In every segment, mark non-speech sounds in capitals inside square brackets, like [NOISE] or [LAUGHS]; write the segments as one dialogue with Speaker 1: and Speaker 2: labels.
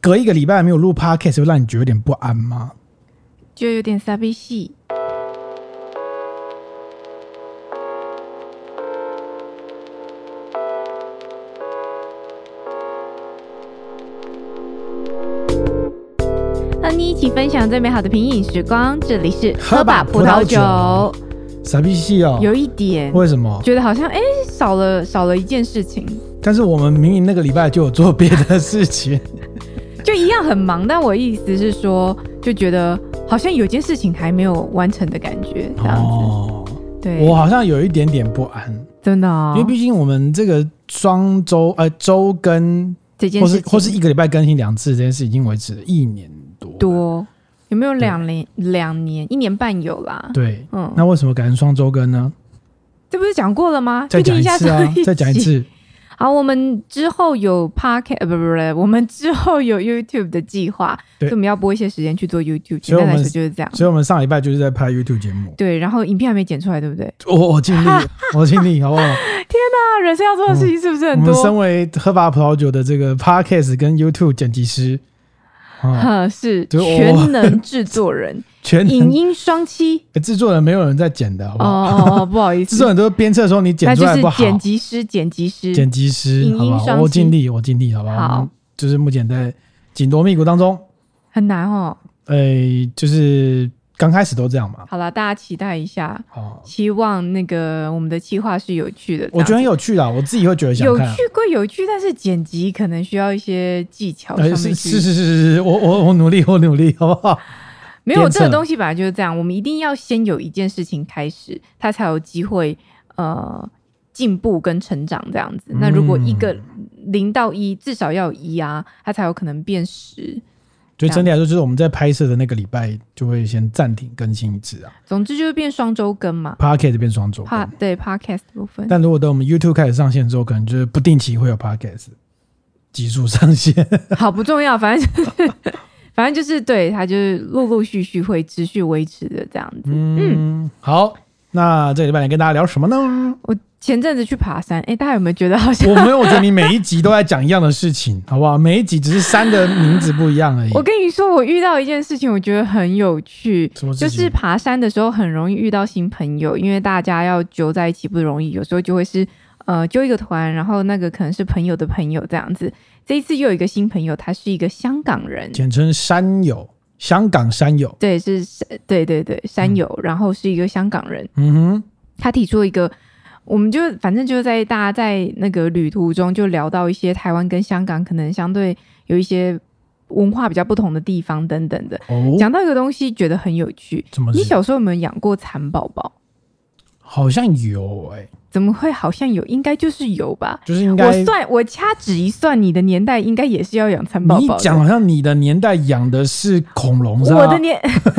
Speaker 1: 隔一个礼拜没有录 podcast 会让你觉得有点不安吗？
Speaker 2: 就有点傻逼戏。和你一起分享最美好的品饮时光，这里是
Speaker 1: 喝吧葡萄酒傻逼戏哦，
Speaker 2: 有一点
Speaker 1: 为什么？
Speaker 2: 觉得好像哎、少了少了一件事情，
Speaker 1: 但是我们明明那个礼拜就有做别的事情，
Speaker 2: 就一样很忙。但我意思是说，就觉得好像有件事情还没有完成的感觉， [LAUGHS] 这样子。
Speaker 1: 哦，
Speaker 2: 对，
Speaker 1: 我好像有一点点不安，
Speaker 2: 真的、哦
Speaker 1: 因为毕竟我们这个双周呃周更
Speaker 2: 这件
Speaker 1: 或
Speaker 2: 事
Speaker 1: 是
Speaker 2: 情
Speaker 1: 或是一个礼拜更新两次这件事，已经维持了一年多了。
Speaker 2: 多，有没有两年两年一年半有啦？
Speaker 1: 对，
Speaker 2: 嗯，
Speaker 1: 那为什么改成双周更
Speaker 2: [LAUGHS]
Speaker 1: 呢？
Speaker 2: 这不是讲过了吗？
Speaker 1: 再
Speaker 2: 去听
Speaker 1: 讲一
Speaker 2: 下
Speaker 1: 次啊
Speaker 2: 上， [LAUGHS] 一
Speaker 1: 再讲一
Speaker 2: 集。
Speaker 1: 次。
Speaker 2: 好，我们之后有 podcast，呃，不不不，我们之后有 YouTube 的计划，
Speaker 1: 对
Speaker 2: 所以我们要拨一些时间去做 YouTube。
Speaker 1: 所
Speaker 2: 简
Speaker 1: 以我
Speaker 2: 单
Speaker 1: 们
Speaker 2: 来说就是这样。
Speaker 1: 所以我们上礼拜就是在拍 YouTube 节目，
Speaker 2: 对，然后影片还没剪出来，对不对？
Speaker 1: 我我尽
Speaker 2: [LAUGHS]
Speaker 1: 力，我尽力，好不好？
Speaker 2: 那人生要做的事情是不是
Speaker 1: 我
Speaker 2: 很
Speaker 1: 们身
Speaker 2: 多？
Speaker 1: 为喝吧葡萄酒的这个 podcast 跟 YouTube 剪辑师，啊、
Speaker 2: 哈， [LAUGHS] 是
Speaker 1: 对我
Speaker 2: 全能制作人，
Speaker 1: [LAUGHS] 全
Speaker 2: 影
Speaker 1: 能
Speaker 2: 音双栖。
Speaker 1: 欸制作人没有人在剪的，好不
Speaker 2: 哦
Speaker 1: 好？
Speaker 2: 哦哦，不好
Speaker 1: [LAUGHS]
Speaker 2: 意
Speaker 1: 制作
Speaker 2: 思，
Speaker 1: 人都是鞭策说你剪
Speaker 2: 那
Speaker 1: 出
Speaker 2: 就
Speaker 1: 来
Speaker 2: 是
Speaker 1: 不好，
Speaker 2: 剪辑师，剪辑师。
Speaker 1: 剪辑师，
Speaker 2: 影音
Speaker 1: 好不好？
Speaker 2: 双
Speaker 1: 我
Speaker 2: 击
Speaker 1: 尽力，我尽力，好不好？
Speaker 2: 好
Speaker 1: 我们就是目前在紧锣密鼓当中，
Speaker 2: 很难哦。
Speaker 1: 哎、就是刚开始都这样嘛，
Speaker 2: 好了，大家期待一下。
Speaker 1: 好，
Speaker 2: 希望那个我们的企划是有趣的。
Speaker 1: 我觉得很
Speaker 2: 有
Speaker 1: 有趣啦，我自己会觉得想
Speaker 2: 有
Speaker 1: 看啊。
Speaker 2: 趣归有趣，但是剪辑可能需要一些技巧上
Speaker 1: 哎，
Speaker 2: 面
Speaker 1: 是
Speaker 2: 去。
Speaker 1: 是是是是是，我我我努力，我努力，好不
Speaker 2: [LAUGHS]
Speaker 1: 好？
Speaker 2: 没有
Speaker 1: 鞭策
Speaker 2: 这个东西本来就是这样，我们一定要先有一件事情开始，它才有机会呃进步跟成长这样
Speaker 1: 嗯
Speaker 2: 子。那如果一个零到一，至少要有一啊，它才有可能变十。
Speaker 1: 所以整体来说，就是我们在拍摄的那个礼拜就会先暂停更新一次啊
Speaker 2: 总之就是变双周更嘛。
Speaker 1: ，Podcast 变双周更。
Speaker 2: 怕对 podcast 部分， [LAUGHS]
Speaker 1: 但如果等我们 YouTube 开始上线之后，可能就是不定期会有 Podcast 集数上线。 [LAUGHS]
Speaker 2: 好不重要，反正就是反正就是对它就是陆陆续续会持续维持的这样子。
Speaker 1: 嗯，好，那这礼拜来跟大家聊什
Speaker 2: [LAUGHS]
Speaker 1: 么呢？
Speaker 2: 我前阵子去爬山，哎、大家有没有觉得好像
Speaker 1: 我？没有，我觉得你每一集都在讲一样的事情，好不好？每一集只是山的名字不一样而已。
Speaker 2: 我跟你说，我遇到一件事情，我觉得很有趣，
Speaker 1: 什么事
Speaker 2: 就
Speaker 1: 情
Speaker 2: 是爬山的时候很容易遇到新朋友，因为大家要揪在一起不容易，有时候就会是呃揪一个团，然后那个可能是朋友的朋友这样子。这一次又有一个新朋友，他是一个香港人，
Speaker 1: 简称山友，香港山友。
Speaker 2: 对，是，是对对对，山友，然后是一个香港人，
Speaker 1: 嗯哼，
Speaker 2: 他提出一个，我们就反正就是在大家在那个旅途中就聊到一些台湾跟香港可能相对有一些文化比较不同的地方等等的。
Speaker 1: 哦，
Speaker 2: 讲到一个东西，觉得很有趣。
Speaker 1: 怎么
Speaker 2: 你
Speaker 1: 是？
Speaker 2: 小时候有没有养过蚕宝宝？
Speaker 1: 好像有哎、
Speaker 2: 怎么会好像有？应该就是有吧。
Speaker 1: 就是应该
Speaker 2: 我算我掐指一算，你的年代应该也是要养蚕宝
Speaker 1: 你一
Speaker 2: 宝的。
Speaker 1: 讲好像你的年代养的是恐龙，是吧？
Speaker 2: 我的年，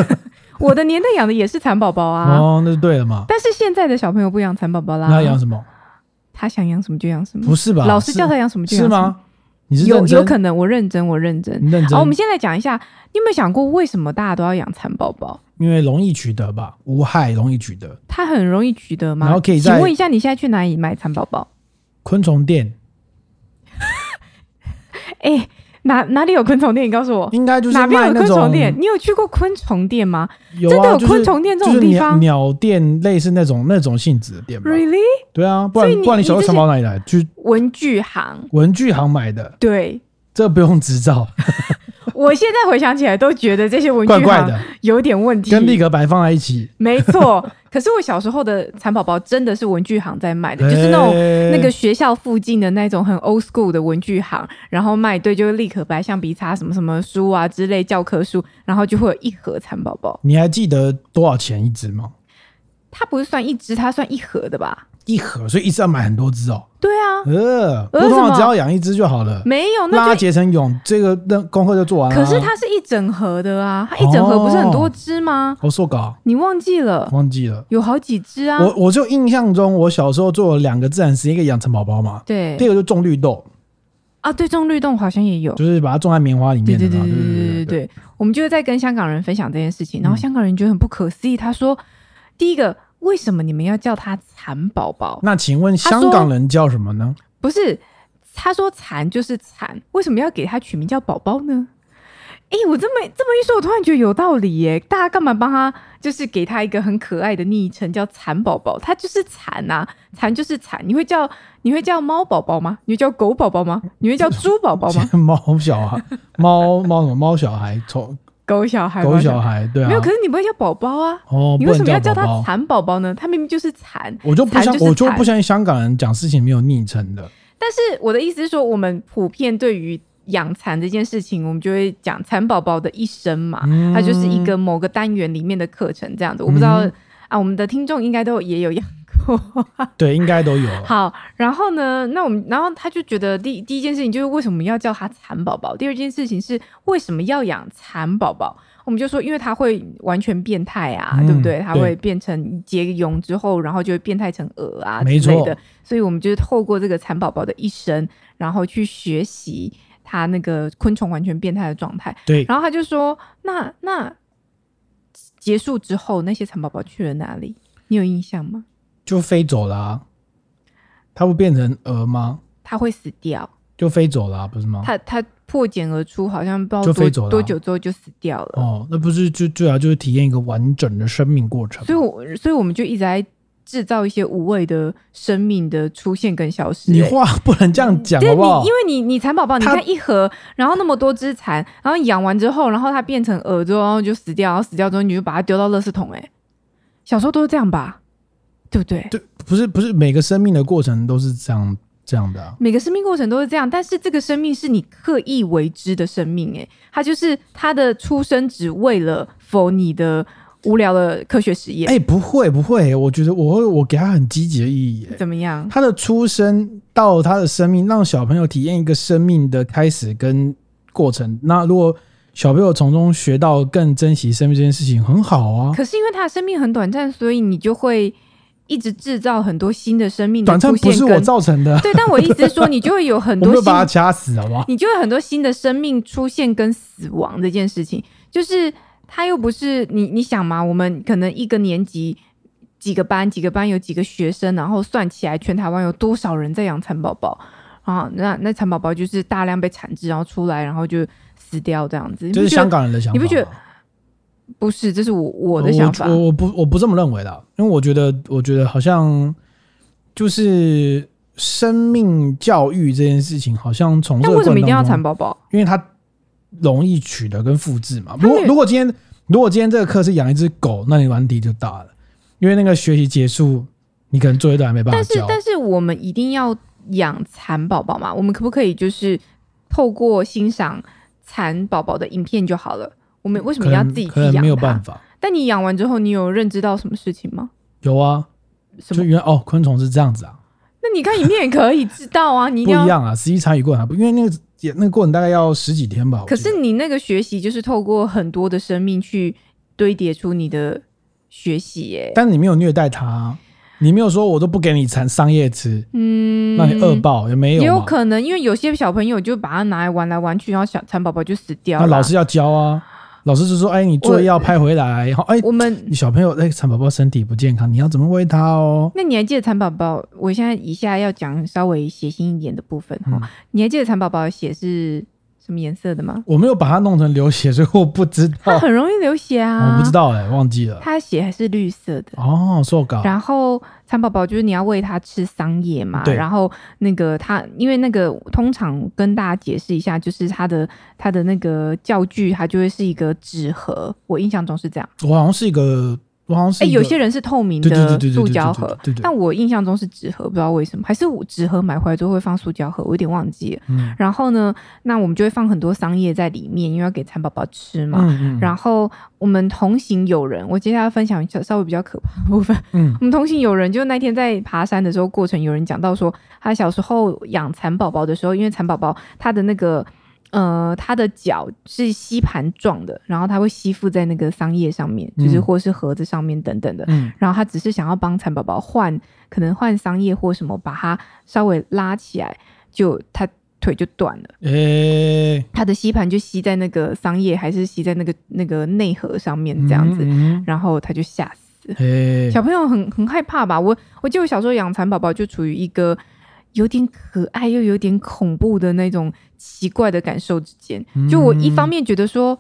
Speaker 2: [LAUGHS] 我的年代养的也是蚕宝宝啊。
Speaker 1: 哦，那就对了嘛。
Speaker 2: 但是现在的小朋友不养蚕宝宝啦，
Speaker 1: 那养什么？
Speaker 2: 他想养什么就养什么。
Speaker 1: 不是吧？
Speaker 2: 老师
Speaker 1: 是
Speaker 2: 叫他养什么就是养什么。
Speaker 1: 吗？你是
Speaker 2: 有
Speaker 1: 认真？
Speaker 2: 有可能，我认真，我认真。
Speaker 1: 你 [LAUGHS] 认真？
Speaker 2: 好，我们先来讲一下，你有没有想过为什么大家都要养蚕宝宝？
Speaker 1: 因为容易取得吧，无害，容易取得。
Speaker 2: 它很容易取得吗？
Speaker 1: 然后可以在
Speaker 2: 请问一下，你现在去哪里买蚕宝 [LAUGHS] 宝？
Speaker 1: 昆虫店
Speaker 2: 哎、哪哪里有昆虫店？你告诉我，
Speaker 1: 应该就是
Speaker 2: 哦哪边
Speaker 1: 卖
Speaker 2: 有
Speaker 1: 那
Speaker 2: 昆
Speaker 1: 种
Speaker 2: 虫店？你有去过昆虫店吗？
Speaker 1: 有
Speaker 2: 真的
Speaker 1: 啊，
Speaker 2: 有
Speaker 1: 就是
Speaker 2: 昆虫店这种
Speaker 1: 就是
Speaker 2: 地
Speaker 1: 鸟
Speaker 2: 方
Speaker 1: 鸟店类似那种那种性质的店吧。
Speaker 2: ？Really？
Speaker 1: 对啊，不
Speaker 2: 所
Speaker 1: 然
Speaker 2: 以你
Speaker 1: 不然你
Speaker 2: 你
Speaker 1: 小时候
Speaker 2: 之前
Speaker 1: 想到哪里来？去
Speaker 2: 文具行。
Speaker 1: 文具行买的，
Speaker 2: 对，
Speaker 1: 这不用执照，
Speaker 2: 我现在回想起来都觉得这些文具
Speaker 1: 怪怪
Speaker 2: 行
Speaker 1: 的，
Speaker 2: 有点问题。
Speaker 1: 跟立可白放在一起，
Speaker 2: 没错，可是我小时候的蚕宝宝真的是文具行在
Speaker 1: [LAUGHS]
Speaker 2: 卖的， [LAUGHS] 就是那种
Speaker 1: 哎
Speaker 2: 那个学校附近的那种很 old school 的文具行，然后卖对就是立可白、橡皮擦什么什么书啊之类教科书，然后就会有一盒蚕宝宝。
Speaker 1: 你还记得多少钱一只吗？
Speaker 2: 它不是算一只，它算一盒的吧？
Speaker 1: 一盒，所以一次要买很多只哦。
Speaker 2: 对啊，
Speaker 1: 呃，我
Speaker 2: 呃
Speaker 1: 通
Speaker 2: 什
Speaker 1: 常
Speaker 2: 么
Speaker 1: 只要养一只就好了，
Speaker 2: 没有
Speaker 1: 让
Speaker 2: 那
Speaker 1: 它
Speaker 2: 就。
Speaker 1: 结成蛹，这个那功课就做完了啊。
Speaker 2: 可是它是一整盒的啊，它一整盒不是很多只吗？
Speaker 1: 我说搞
Speaker 2: 你忘记了，
Speaker 1: 哦忘记了，
Speaker 2: 有好几只啊。
Speaker 1: 哦我我就印象中，我小时候做了两个自然实验，一个养蚕宝宝嘛，
Speaker 2: 对
Speaker 1: 第二个就种绿豆，
Speaker 2: 啊，对，中绿洞好像也有。
Speaker 1: 就是把它种在棉花里
Speaker 2: 对
Speaker 1: 面的
Speaker 2: 对对
Speaker 1: 嘛，
Speaker 2: 对
Speaker 1: 对
Speaker 2: 对对
Speaker 1: 对
Speaker 2: 对，我们就是在跟香港人分享这件事情，然后
Speaker 1: 嗯
Speaker 2: 香港人觉得很不可思议，他说：“第一个，为什么你们要叫它蚕宝宝？
Speaker 1: 那请问
Speaker 2: 他说
Speaker 1: 香港人叫什么呢？
Speaker 2: 不是，他说蚕就是蚕，为什么要给它取名叫宝宝呢？哎、我这么这么一说，我突然觉得有道理耶！大家干嘛帮他，就是给他一个很可爱的昵称叫“蚕宝宝”？他就是蚕啊，蚕就是蚕。你会叫你会叫猫宝宝吗？你会叫狗宝宝吗？你会叫猪宝宝吗？
Speaker 1: [LAUGHS] 猫小
Speaker 2: [LAUGHS]
Speaker 1: 孩，猫猫什么猫小孩，宠
Speaker 2: 狗小孩吗？
Speaker 1: 狗小孩，对啊，
Speaker 2: 没有，可是你不会叫宝宝啊？
Speaker 1: 哦，
Speaker 2: 你
Speaker 1: 不
Speaker 2: 为什
Speaker 1: 能
Speaker 2: 么要
Speaker 1: 叫宝
Speaker 2: 叫他
Speaker 1: 宝。
Speaker 2: 蚕宝宝呢？他明明就是蚕。
Speaker 1: 我就不相
Speaker 2: 蚕，就是
Speaker 1: 我就
Speaker 2: 蚕
Speaker 1: 不相信香港人讲事情没有昵称的。
Speaker 2: 但是我的意思是说，我们普遍对于养蚕这件事情，我们就会讲蚕宝宝的一生嘛，
Speaker 1: 嗯
Speaker 2: 它就是一个某个单元里面的课程这样子。我不知道、
Speaker 1: 嗯
Speaker 2: 啊，我们的听众应该都也有养
Speaker 1: [LAUGHS]
Speaker 2: 过。
Speaker 1: 对，应该都有。
Speaker 2: 好，然后呢，那我们然后他就觉得第第一件事情就是为什么要叫它蚕宝宝，第二件事情是为什么要养蚕宝宝。我们就说，因为它会完全变态啊，
Speaker 1: 嗯
Speaker 2: 对不对？它
Speaker 1: 对
Speaker 2: 会变成结蛹之后，然后就会变态成蛾啊
Speaker 1: 没
Speaker 2: 之类
Speaker 1: 错
Speaker 2: 的。所以我们就是透过这个蚕宝宝的一生，然后去学习它那个昆虫完全变态的状态。
Speaker 1: 对，
Speaker 2: 然后他就说，那那结束之后，那些蚕宝宝去了哪里？你有印象吗？
Speaker 1: 就飞走啦、它会变成蛾吗？
Speaker 2: 它会死掉。
Speaker 1: 就飞走啦、不是吗？
Speaker 2: 他他破茧而出，好像不知
Speaker 1: 就
Speaker 2: 道
Speaker 1: 飞
Speaker 2: 多
Speaker 1: 走了啊
Speaker 2: 多久之后就死掉了。
Speaker 1: 哦，那不是就最好就是体验一个完整的生命过程
Speaker 2: 所。以我所以我们就一直在制造一些无谓的生命的出现跟消失、
Speaker 1: 你
Speaker 2: 欸
Speaker 1: 话不能这样讲
Speaker 2: 嗯对
Speaker 1: 好
Speaker 2: 你，
Speaker 1: 不好
Speaker 2: 因？为你你蚕宝宝，你
Speaker 1: 它
Speaker 2: 看一盒，然后那么多只蚕，然后养完之后，然后它变成蛾之后，然后就死掉，然后死掉之后你就把它丢到垃圾桶、欸。哎，小时候都是这样吧，对不对？
Speaker 1: 对，不是不是每个生命的过程都是这样这样的啊、
Speaker 2: 每个生命过程都是这样，但是这个生命是你刻意为之的生命、欸，它就是它的出生只为了否你的无聊的科学实验，
Speaker 1: 哎、不会不会，我觉得我会我给他很积极的意义、哎
Speaker 2: 怎么样？
Speaker 1: 他的出生到他的生命，让小朋友体验一个生命的开始跟过程。那如果小朋友从中学到更珍惜生命这件事情，很好啊。
Speaker 2: 可是因为它的生命很短暂，所以你就会一直制造很多新的生命的
Speaker 1: 短暂
Speaker 2: 出
Speaker 1: 不
Speaker 2: 现
Speaker 1: 是
Speaker 2: 跟。
Speaker 1: 我造成的，
Speaker 2: 对，但我意思是说，你就会有
Speaker 1: [LAUGHS]
Speaker 2: 很
Speaker 1: 我没
Speaker 2: 多
Speaker 1: 有
Speaker 2: 新
Speaker 1: 把他掐死，好不好？
Speaker 2: 你就会很多新的生命出现跟死亡这件事情，就是他又不是你，你想嘛，我们可能一个年级几个班，几个班有几个学生，然后算起来全台湾有多少人在养蚕宝宝啊？那那蚕宝宝就是大量被产制，然后出来，然后就死掉这样子。
Speaker 1: 这是
Speaker 2: 你不觉得
Speaker 1: 香港人的想法，
Speaker 2: 你不觉得不是，这是我我的想法
Speaker 1: 我。我我不我不这么认为的，因为我觉得我觉得好像就是生命教育这件事情，好像从这
Speaker 2: 但
Speaker 1: 个
Speaker 2: 为什么
Speaker 1: 过
Speaker 2: 一
Speaker 1: 程
Speaker 2: 定要
Speaker 1: 当中
Speaker 2: 蚕宝宝？
Speaker 1: 因为它容易取得跟复制嘛。
Speaker 2: 它
Speaker 1: 如
Speaker 2: 没有
Speaker 1: 果如果今天如果今天这个课是养一只狗，那你问题就大了，因为那个学习结束，你可能作业都还没办法
Speaker 2: 但是
Speaker 1: 交。
Speaker 2: 但是我们一定要养蚕宝宝嘛？我们可不可以就是透过欣赏蚕宝宝的影片就好了？我们为什
Speaker 1: 可
Speaker 2: 么要
Speaker 1: 能
Speaker 2: 自己
Speaker 1: 嗯
Speaker 2: 去
Speaker 1: 可能没有
Speaker 2: 养啊
Speaker 1: 办
Speaker 2: 它？
Speaker 1: 法。
Speaker 2: 但你养完之后，你有认知到什么事情吗？
Speaker 1: 有啊，
Speaker 2: 什
Speaker 1: 就
Speaker 2: 么？
Speaker 1: 原来哦，昆虫是这样子啊，
Speaker 2: 那你看影片也可以知道啊，你一
Speaker 1: 不
Speaker 2: 定
Speaker 1: 一
Speaker 2: 要。
Speaker 1: 样啊，实际参与过程还不，因为那个也那个过程大概要十几天吧。我
Speaker 2: 可
Speaker 1: 记
Speaker 2: 是
Speaker 1: 得
Speaker 2: 你那个学习就是透过很多的生命去堆叠出你的学习耶、
Speaker 1: 但你没有虐待它啊，你没有说我都不给你产商业吃，
Speaker 2: 嗯，
Speaker 1: 让你饿爆也没有
Speaker 2: 也
Speaker 1: 嘛。
Speaker 2: 有可能，因为有些小朋友就把它拿来玩来玩去，然后小蚕宝宝就死掉
Speaker 1: 那
Speaker 2: 了。
Speaker 1: 老师要教啊，老师就说：“哎，你作业要拍回来。”然后哎，
Speaker 2: 我们
Speaker 1: 你小朋友哎，蚕宝宝身体不健康，你要怎么喂它哦？
Speaker 2: 那你还记得蚕宝宝？我现在以下要讲稍微血腥一点的部分哈、
Speaker 1: 嗯
Speaker 2: 你还记得蚕宝宝的血是什么颜色的吗？
Speaker 1: 我没有把它弄成流血，所以我不知道
Speaker 2: 它，很容易流血啊！
Speaker 1: 哦我不知，道哎、忘记了。
Speaker 2: 它的血还是绿色的。
Speaker 1: 哦，受稿，
Speaker 2: 然后蚕宝宝就是你要喂它吃桑叶嘛，
Speaker 1: 对
Speaker 2: 然后那个它因为那个通常跟大家解释一下，就是它的它的那个教具，它就会是一个纸盒，我印象中是这样。
Speaker 1: 我好像是一个，我好像是
Speaker 2: 哎、
Speaker 1: 一个
Speaker 2: 有些人是透明
Speaker 1: 对对对
Speaker 2: 的
Speaker 1: 对对
Speaker 2: 塑
Speaker 1: 对
Speaker 2: 胶
Speaker 1: 对
Speaker 2: 盒
Speaker 1: 对对对，
Speaker 2: 但我印象中是纸盒，不知道为什么，还是我纸盒买回来之后会放塑胶盒，我有点忘记了。
Speaker 1: 嗯
Speaker 2: 然后呢，那我们就会放很多桑叶在里面，因为要给蚕宝宝吃嘛。
Speaker 1: 嗯嗯，
Speaker 2: 然后我们同行友人，我接下来分享一下稍微比较可怕的部分。
Speaker 1: 嗯
Speaker 2: [LAUGHS] 我们同行友人就那天在爬山的时候，过程有人讲到说，他小时候养蚕宝宝的时候，因为蚕宝宝它的那个呃它的脚是吸盘状的，然后它会吸附在那个桑叶上面，就是
Speaker 1: 嗯
Speaker 2: 或是盒子上面等等的。
Speaker 1: 嗯
Speaker 2: 然后他只是想要帮蚕宝宝换，可能换桑叶或什么，把它稍微拉起来，就他腿就断了，
Speaker 1: 哎、
Speaker 2: 他的吸盘就吸在那个桑叶，还是吸在那个那个内核上面这样子，
Speaker 1: 嗯
Speaker 2: 然后他就吓死。
Speaker 1: 嗯哎、
Speaker 2: 小朋友很很害怕吧？我我记得我小时候养蚕宝宝就处于一个有点可爱又有点恐怖的那种奇怪的感受之间。
Speaker 1: 嗯
Speaker 2: 就我一方面觉得说，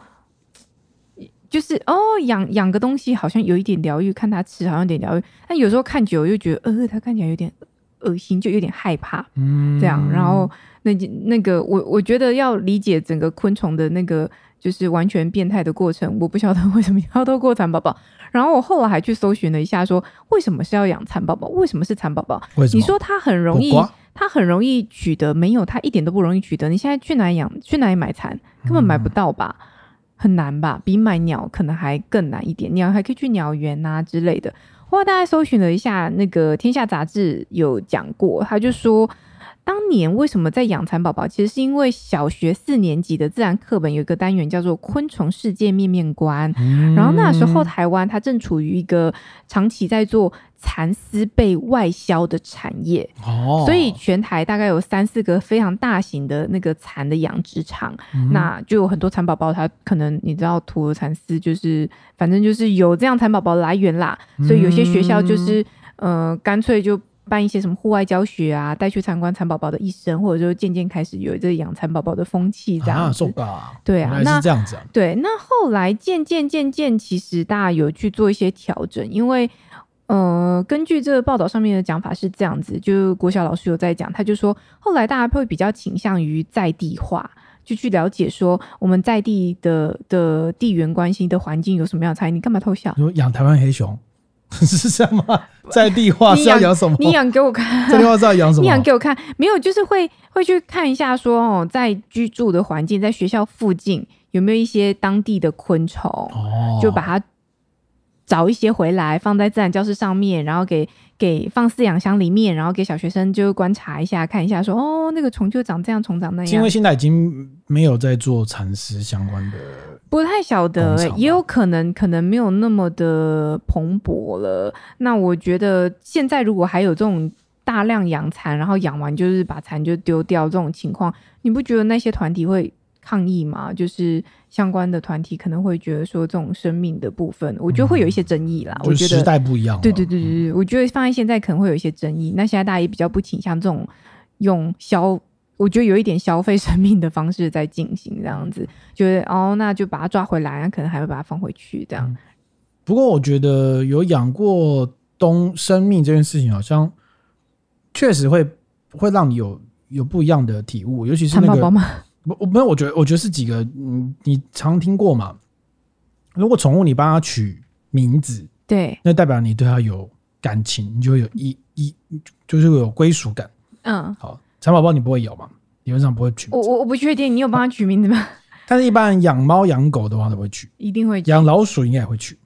Speaker 2: 就是哦养养个东西好像有一点疗愈，看它吃好像有点疗愈，但有时候看久了又觉得，呃，它看起来有点恶心，就有点害怕
Speaker 1: 嗯
Speaker 2: 这样。然后那那个我我觉得要理解整个昆虫的那个。就是完全变态的过程，我不晓得为什么要透过蚕宝宝。然后我后来还去搜寻了一下说为什么是要养蚕宝宝？为什么是蚕宝宝？
Speaker 1: 为什么
Speaker 2: 你说它很容易
Speaker 1: 苦瓜，
Speaker 2: 它很容易取得，没有，它一点都不容易取得。你现在去哪里养，去哪里买蚕，根本买不到吧？很难吧？比买鸟可能还更难一点。鸟还可以去鸟园呐、之类的。我大概搜寻了一下，那个《天下》杂志有讲过，他就说。当年为什么在养蚕宝宝？其实是因为小学四年级的自然课本有一个单元叫做《昆虫世界面面观》，
Speaker 1: 嗯
Speaker 2: 然后那时候台湾它正处于一个长期在做蚕丝被外销的产业，
Speaker 1: 哦，
Speaker 2: 所以全台大概有三四个非常大型的那个蚕的养殖场，
Speaker 1: 嗯
Speaker 2: 那就有很多蚕宝宝，它可能你知道吐了蚕丝，就是反正就是有这样蚕宝宝来源啦，
Speaker 1: 嗯
Speaker 2: 所以有些学校就是呃干脆就。办一些什么户外教学啊，带去参观蚕宝宝的一生，或者就渐渐开始有这养蚕宝宝的风气这样
Speaker 1: 啊，
Speaker 2: 子。
Speaker 1: 受吧，
Speaker 2: 对啊
Speaker 1: 原来是
Speaker 2: 那
Speaker 1: 这样子啊，
Speaker 2: 对，那后来渐渐渐渐，其实大家有去做一些调整，因为呃，根据这个报道上面的讲法是这样子，就是国小老师有在讲，他就说后来大家会比较倾向于在地化。就去了解说我们在地的的地缘关系的环境有什么样的差异？你干嘛偷笑？
Speaker 1: 你说养台湾黑熊 [LAUGHS] 是这样
Speaker 2: [LAUGHS]
Speaker 1: 吗？在地化
Speaker 2: 你
Speaker 1: 是要
Speaker 2: 养
Speaker 1: 养什么？
Speaker 2: 你养给
Speaker 1: [LAUGHS]
Speaker 2: 我看，
Speaker 1: 在地化是要养什么？
Speaker 2: [LAUGHS] 你想给我看？没有，就是会会去看一下说，哦，在居住的环境，在学校附近有没有一些当地的昆虫，
Speaker 1: 哦，
Speaker 2: 就把它找一些回来放在自然教室上面，然后给给放饲养箱里面，然后给小学生就观察一下，看一下说，哦，那个虫就长这样，虫长那
Speaker 1: 因
Speaker 2: 样
Speaker 1: 为，现在已经没有在做蚕丝相关的，
Speaker 2: 不太晓得、
Speaker 1: 工厂
Speaker 2: 欸
Speaker 1: 吧
Speaker 2: 也有可能可能没有那么的蓬勃了。那我觉得现在如果还有这种大量养蚕，然后养完就是把蚕就丢掉这种情况，你不觉得那些团体会抗议吗？就是相关的团体可能会觉得说这种生命的部分，我觉得会有一些争议啦。啊我
Speaker 1: 嗯就
Speaker 2: 觉
Speaker 1: 是时
Speaker 2: 得
Speaker 1: 代不一样了。
Speaker 2: 对对对对对，我觉得放在现在可能会有一些争议。那现在大家也比较不倾向这种用消，我觉得有一点消费生命的方式在进行这样子，觉得哦，那就把它抓回来，可能还会把它放回去这样。
Speaker 1: 不过我觉得有养过东生命这件事情，好像确实会会让你有有不一样的体悟，尤其是
Speaker 2: 蚕
Speaker 1: 那
Speaker 2: 宝宝
Speaker 1: 个
Speaker 2: 嘛，
Speaker 1: 我我没有，我觉得我觉得是几个，嗯，你常听过嘛？如果宠物你帮它取名字，
Speaker 2: 对，
Speaker 1: 那代表你对它有感情，你就会有一一就是会有归属感。
Speaker 2: 嗯，
Speaker 1: 好，蚕宝宝你不会有嘛？理论上不会取名
Speaker 2: 我
Speaker 1: 字，
Speaker 2: 我我不确定，你有帮它取名字吗？
Speaker 1: 但是一般养猫养狗的话都会取，
Speaker 2: 一定会取，
Speaker 1: 养老鼠应该也会取。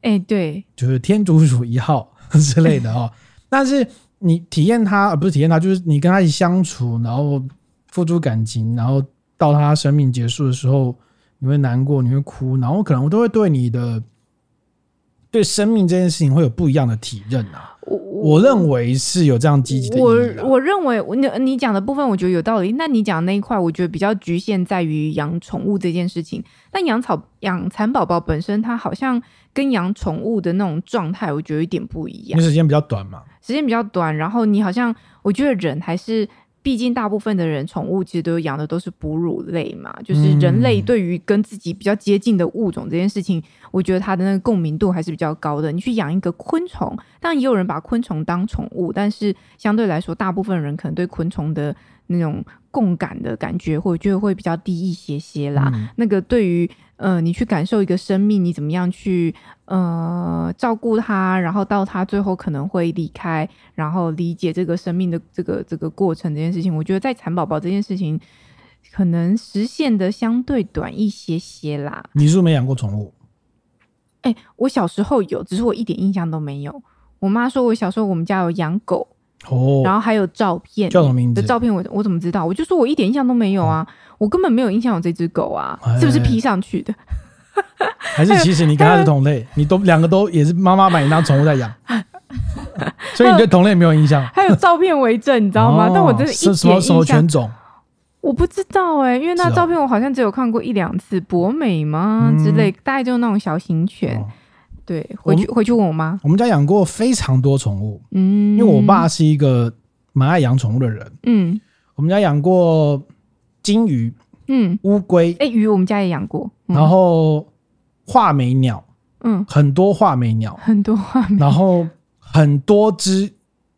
Speaker 2: 哎、对，
Speaker 1: 就是天竺鼠一号 [LAUGHS] 之类的
Speaker 2: [LAUGHS]
Speaker 1: 哦。但是你体验它，呃，不是体验它，就是你跟它一起相处，然后付出感情，然后到它生命结束的时候，你会难过，你会哭，然后可能我都会对你的对生命这件事情会有不一样的体认啊。
Speaker 2: 我我
Speaker 1: 我认为是有这样积极的意
Speaker 2: 我
Speaker 1: 义、啊。
Speaker 2: 我认为我你你讲的部分，我觉得有道理。那你讲的那一块，我觉得比较局限在于养宠物这件事情。但养草养蚕宝宝本身，它好像跟养宠物的那种状态，我觉得有一点不一
Speaker 1: 因
Speaker 2: 样
Speaker 1: 为。时间比较短嘛，
Speaker 2: 时间比较短，然后你好像，我觉得人还是，毕竟大部分的人宠物其实都养的都是哺乳类嘛，就是人类对于跟自己比较接近的物种这件事情，我觉得它的那个共鸣度还是比较高的。你去养一个昆虫，当然也有人把昆虫当宠物，但是相对来说，大部分人可能对昆虫的那种共感的感觉，或者就会比较低一些些啦。
Speaker 1: 嗯
Speaker 2: 那个对于呃，你去感受一个生命，你怎么样去呃照顾它，然后到它最后可能会离开，然后理解这个生命的这个这个过程这件事情，我觉得在蚕宝宝这件事情，可能实现的相对短一些些啦。
Speaker 1: 你是不是没养过宠物？
Speaker 2: 哎、我小时候有，只是我一点印象都没有。我妈说我小时候我们家有养狗，
Speaker 1: 哦，
Speaker 2: 然后还有照片，
Speaker 1: 叫什么名字
Speaker 2: 的照片我我怎么知道？我就说我一点印象都没有啊，我根本没有印象有这只狗啊，
Speaker 1: 哎
Speaker 2: 是不是 P 上去的？
Speaker 1: 还是其实你跟它是同类，你都两个都也是妈妈把你当宠物在
Speaker 2: [LAUGHS]
Speaker 1: 养，所以你对同类没有印象。
Speaker 2: 还有照片为证，你知道吗？
Speaker 1: 哦
Speaker 2: 但我真的一
Speaker 1: 是什么
Speaker 2: 点
Speaker 1: 什么
Speaker 2: 印
Speaker 1: 犬
Speaker 2: 象
Speaker 1: 种？
Speaker 2: 我不知道哎、因为那
Speaker 1: 是哦嗯
Speaker 2: 照片我好像只有看过一两次，博美吗、之类，大概就那种小型犬。
Speaker 1: 哦
Speaker 2: 对，回去回去问我妈。
Speaker 1: 我们家养过非常多宠物，因
Speaker 2: 嗯，
Speaker 1: 为我爸是一个蛮爱养宠物的人，
Speaker 2: 嗯
Speaker 1: 我们家养过金鱼、
Speaker 2: 嗯，
Speaker 1: 乌龟，
Speaker 2: 哎、鱼我们家也养过，嗯、
Speaker 1: 然后画眉鸟，
Speaker 2: 嗯，
Speaker 1: 很多画眉
Speaker 2: [LAUGHS]
Speaker 1: 鸟，
Speaker 2: 很多画面，
Speaker 1: 然后很多只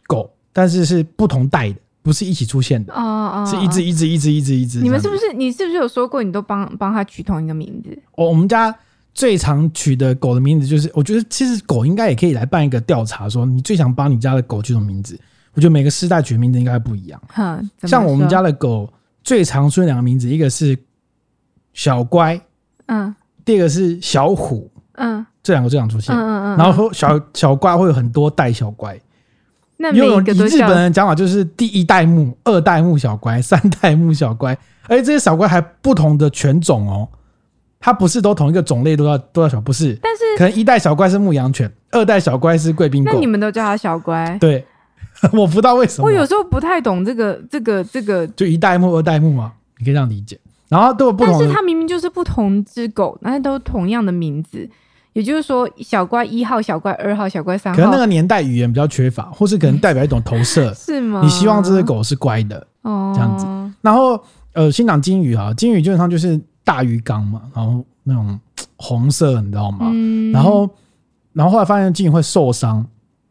Speaker 1: 狗，但是是不同代的，不是一起出现的，
Speaker 2: 啊啊，
Speaker 1: 是一只
Speaker 2: 啊。
Speaker 1: 一只一只一只一只。
Speaker 2: 你们
Speaker 1: 这
Speaker 2: 是
Speaker 1: 样
Speaker 2: 不
Speaker 1: 子
Speaker 2: 是你是不是有说过你都帮帮他取同一个名字？
Speaker 1: 哦我我们家最常取的狗的名字就是，我觉得其实狗应该也可以来办一个调查，说你最想帮你家的狗取什么名字？我觉得每个世代取的名字应该不一样。
Speaker 2: 哼，怎么
Speaker 1: 像我们
Speaker 2: 说
Speaker 1: 家，的狗最常出现两个名字，一个是小乖，
Speaker 2: 嗯
Speaker 1: 第二个是小虎，
Speaker 2: 嗯
Speaker 1: 这两个最常出现。
Speaker 2: 嗯嗯嗯，
Speaker 1: 然后小小乖会有很多代小乖，
Speaker 2: 那每
Speaker 1: 因为
Speaker 2: 一
Speaker 1: 有
Speaker 2: 个
Speaker 1: 以
Speaker 2: 都
Speaker 1: 日
Speaker 2: 叫
Speaker 1: 本人讲法就是第一代目、二代目小乖、 [LAUGHS] 三代目小乖，而且这些小乖还不同的犬种哦，它不是都同一个种类都叫都叫小，不是，
Speaker 2: 但是
Speaker 1: 可能一代小乖是牧羊犬，二代小乖是贵宾
Speaker 2: 那
Speaker 1: 狗
Speaker 2: 你，们都叫他小乖。
Speaker 1: 对， [LAUGHS] 我不知道为什么，
Speaker 2: 我有时候不太懂这个这个这个，
Speaker 1: 就一代目、二代目嘛，你可以这样理解，然后都有不
Speaker 2: 但
Speaker 1: 同
Speaker 2: 是
Speaker 1: 的
Speaker 2: 它明明就是不同只狗，但是都同样的名字。也就是说，小乖一号、小乖二号、小乖三
Speaker 1: 可能那
Speaker 2: 号，，
Speaker 1: 个年代语言比较缺乏，或是可能代表一种投射
Speaker 2: [LAUGHS] 是吗？
Speaker 1: 你希望这只狗是乖的。
Speaker 2: 哦
Speaker 1: 这样子然后呃，新港金鱼啊，金鱼基本上就是大鱼缸嘛，然后那种嘖红色，你知道吗？
Speaker 2: 嗯，
Speaker 1: 啊然后然后后来发现金鱼会受伤，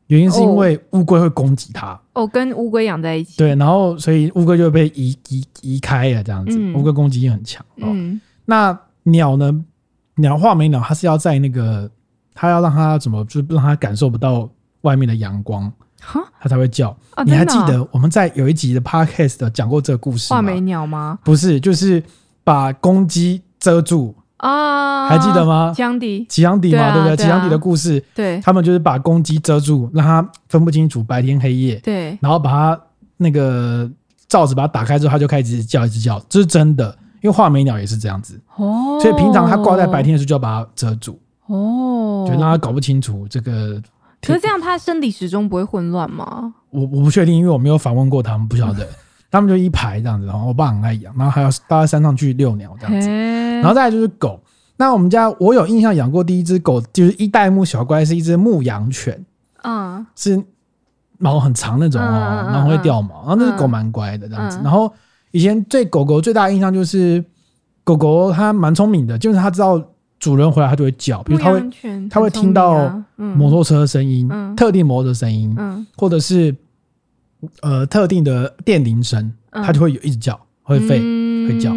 Speaker 1: 原因是因为乌龟会攻击它，
Speaker 2: 哦，跟乌龟养在一起，，
Speaker 1: 对，然后所以乌龟就被移移移开了，这样子，
Speaker 2: 嗯
Speaker 1: 乌龟攻击性很强。哦，
Speaker 2: 嗯
Speaker 1: 那鸟呢？鸟画眉鸟，它是要在那个，它要让它怎么，就是让它感受不到外面的阳光，
Speaker 2: 哈，
Speaker 1: 它才会叫。
Speaker 2: 哦，
Speaker 1: 你还
Speaker 2: 真的
Speaker 1: 记
Speaker 2: 啊
Speaker 1: 得我们在有一集的 podcast 讲过这个故事吗？
Speaker 2: 画眉鸟吗？
Speaker 1: 不是，就是把公鸡遮住，
Speaker 2: 啊，
Speaker 1: 还记得吗
Speaker 2: 江迪，
Speaker 1: 吉祥底嘛，
Speaker 2: 对啊
Speaker 1: 对不对？
Speaker 2: 对啊
Speaker 1: 吉祥底的故事，
Speaker 2: 对
Speaker 1: 他们就是把公鸡遮住，让它分不清楚白天黑夜，
Speaker 2: 对，
Speaker 1: 然后把它那个罩子把它打开之后，它就开始一直叫，一直叫，这是真的。因为画眉鸟也是这样子，
Speaker 2: 哦，
Speaker 1: 所以平常它挂在白，天的时候就要把它遮住，
Speaker 2: 哦，
Speaker 1: 就让它搞不清楚这个。
Speaker 2: 可是这样它生理时钟不会混乱吗？
Speaker 1: 我我不确定，因为我没有访问过他们，不晓得。
Speaker 2: [LAUGHS]
Speaker 1: 他们就一排这样子，然后我爸很爱养，然后还要到山上去遛鸟这样子。
Speaker 2: 然
Speaker 1: 然后再来就是狗。那我们家我有印象养过第一只狗，就是一代目小乖，是一只牧羊犬，
Speaker 2: 嗯
Speaker 1: 是毛很长那种哦
Speaker 2: 嗯嗯，嗯
Speaker 1: 然后会掉毛。然后那只
Speaker 2: 嗯
Speaker 1: 狗蛮乖的这样子。
Speaker 2: 嗯
Speaker 1: 然后以前对狗狗最大的印象就是，狗狗它蛮聪明的，就是它知道主人回来它就会叫，比如它
Speaker 2: 牧
Speaker 1: 会
Speaker 2: 羊犬
Speaker 1: 它会
Speaker 2: 很聪
Speaker 1: 听到
Speaker 2: 明啊嗯
Speaker 1: 摩托车的声音、
Speaker 2: 嗯
Speaker 1: 特定摩托车的声音，
Speaker 2: 嗯
Speaker 1: 或者是呃特定的电铃声，
Speaker 2: 嗯
Speaker 1: 它就会有一直叫，会吠。
Speaker 2: 会
Speaker 1: 会叫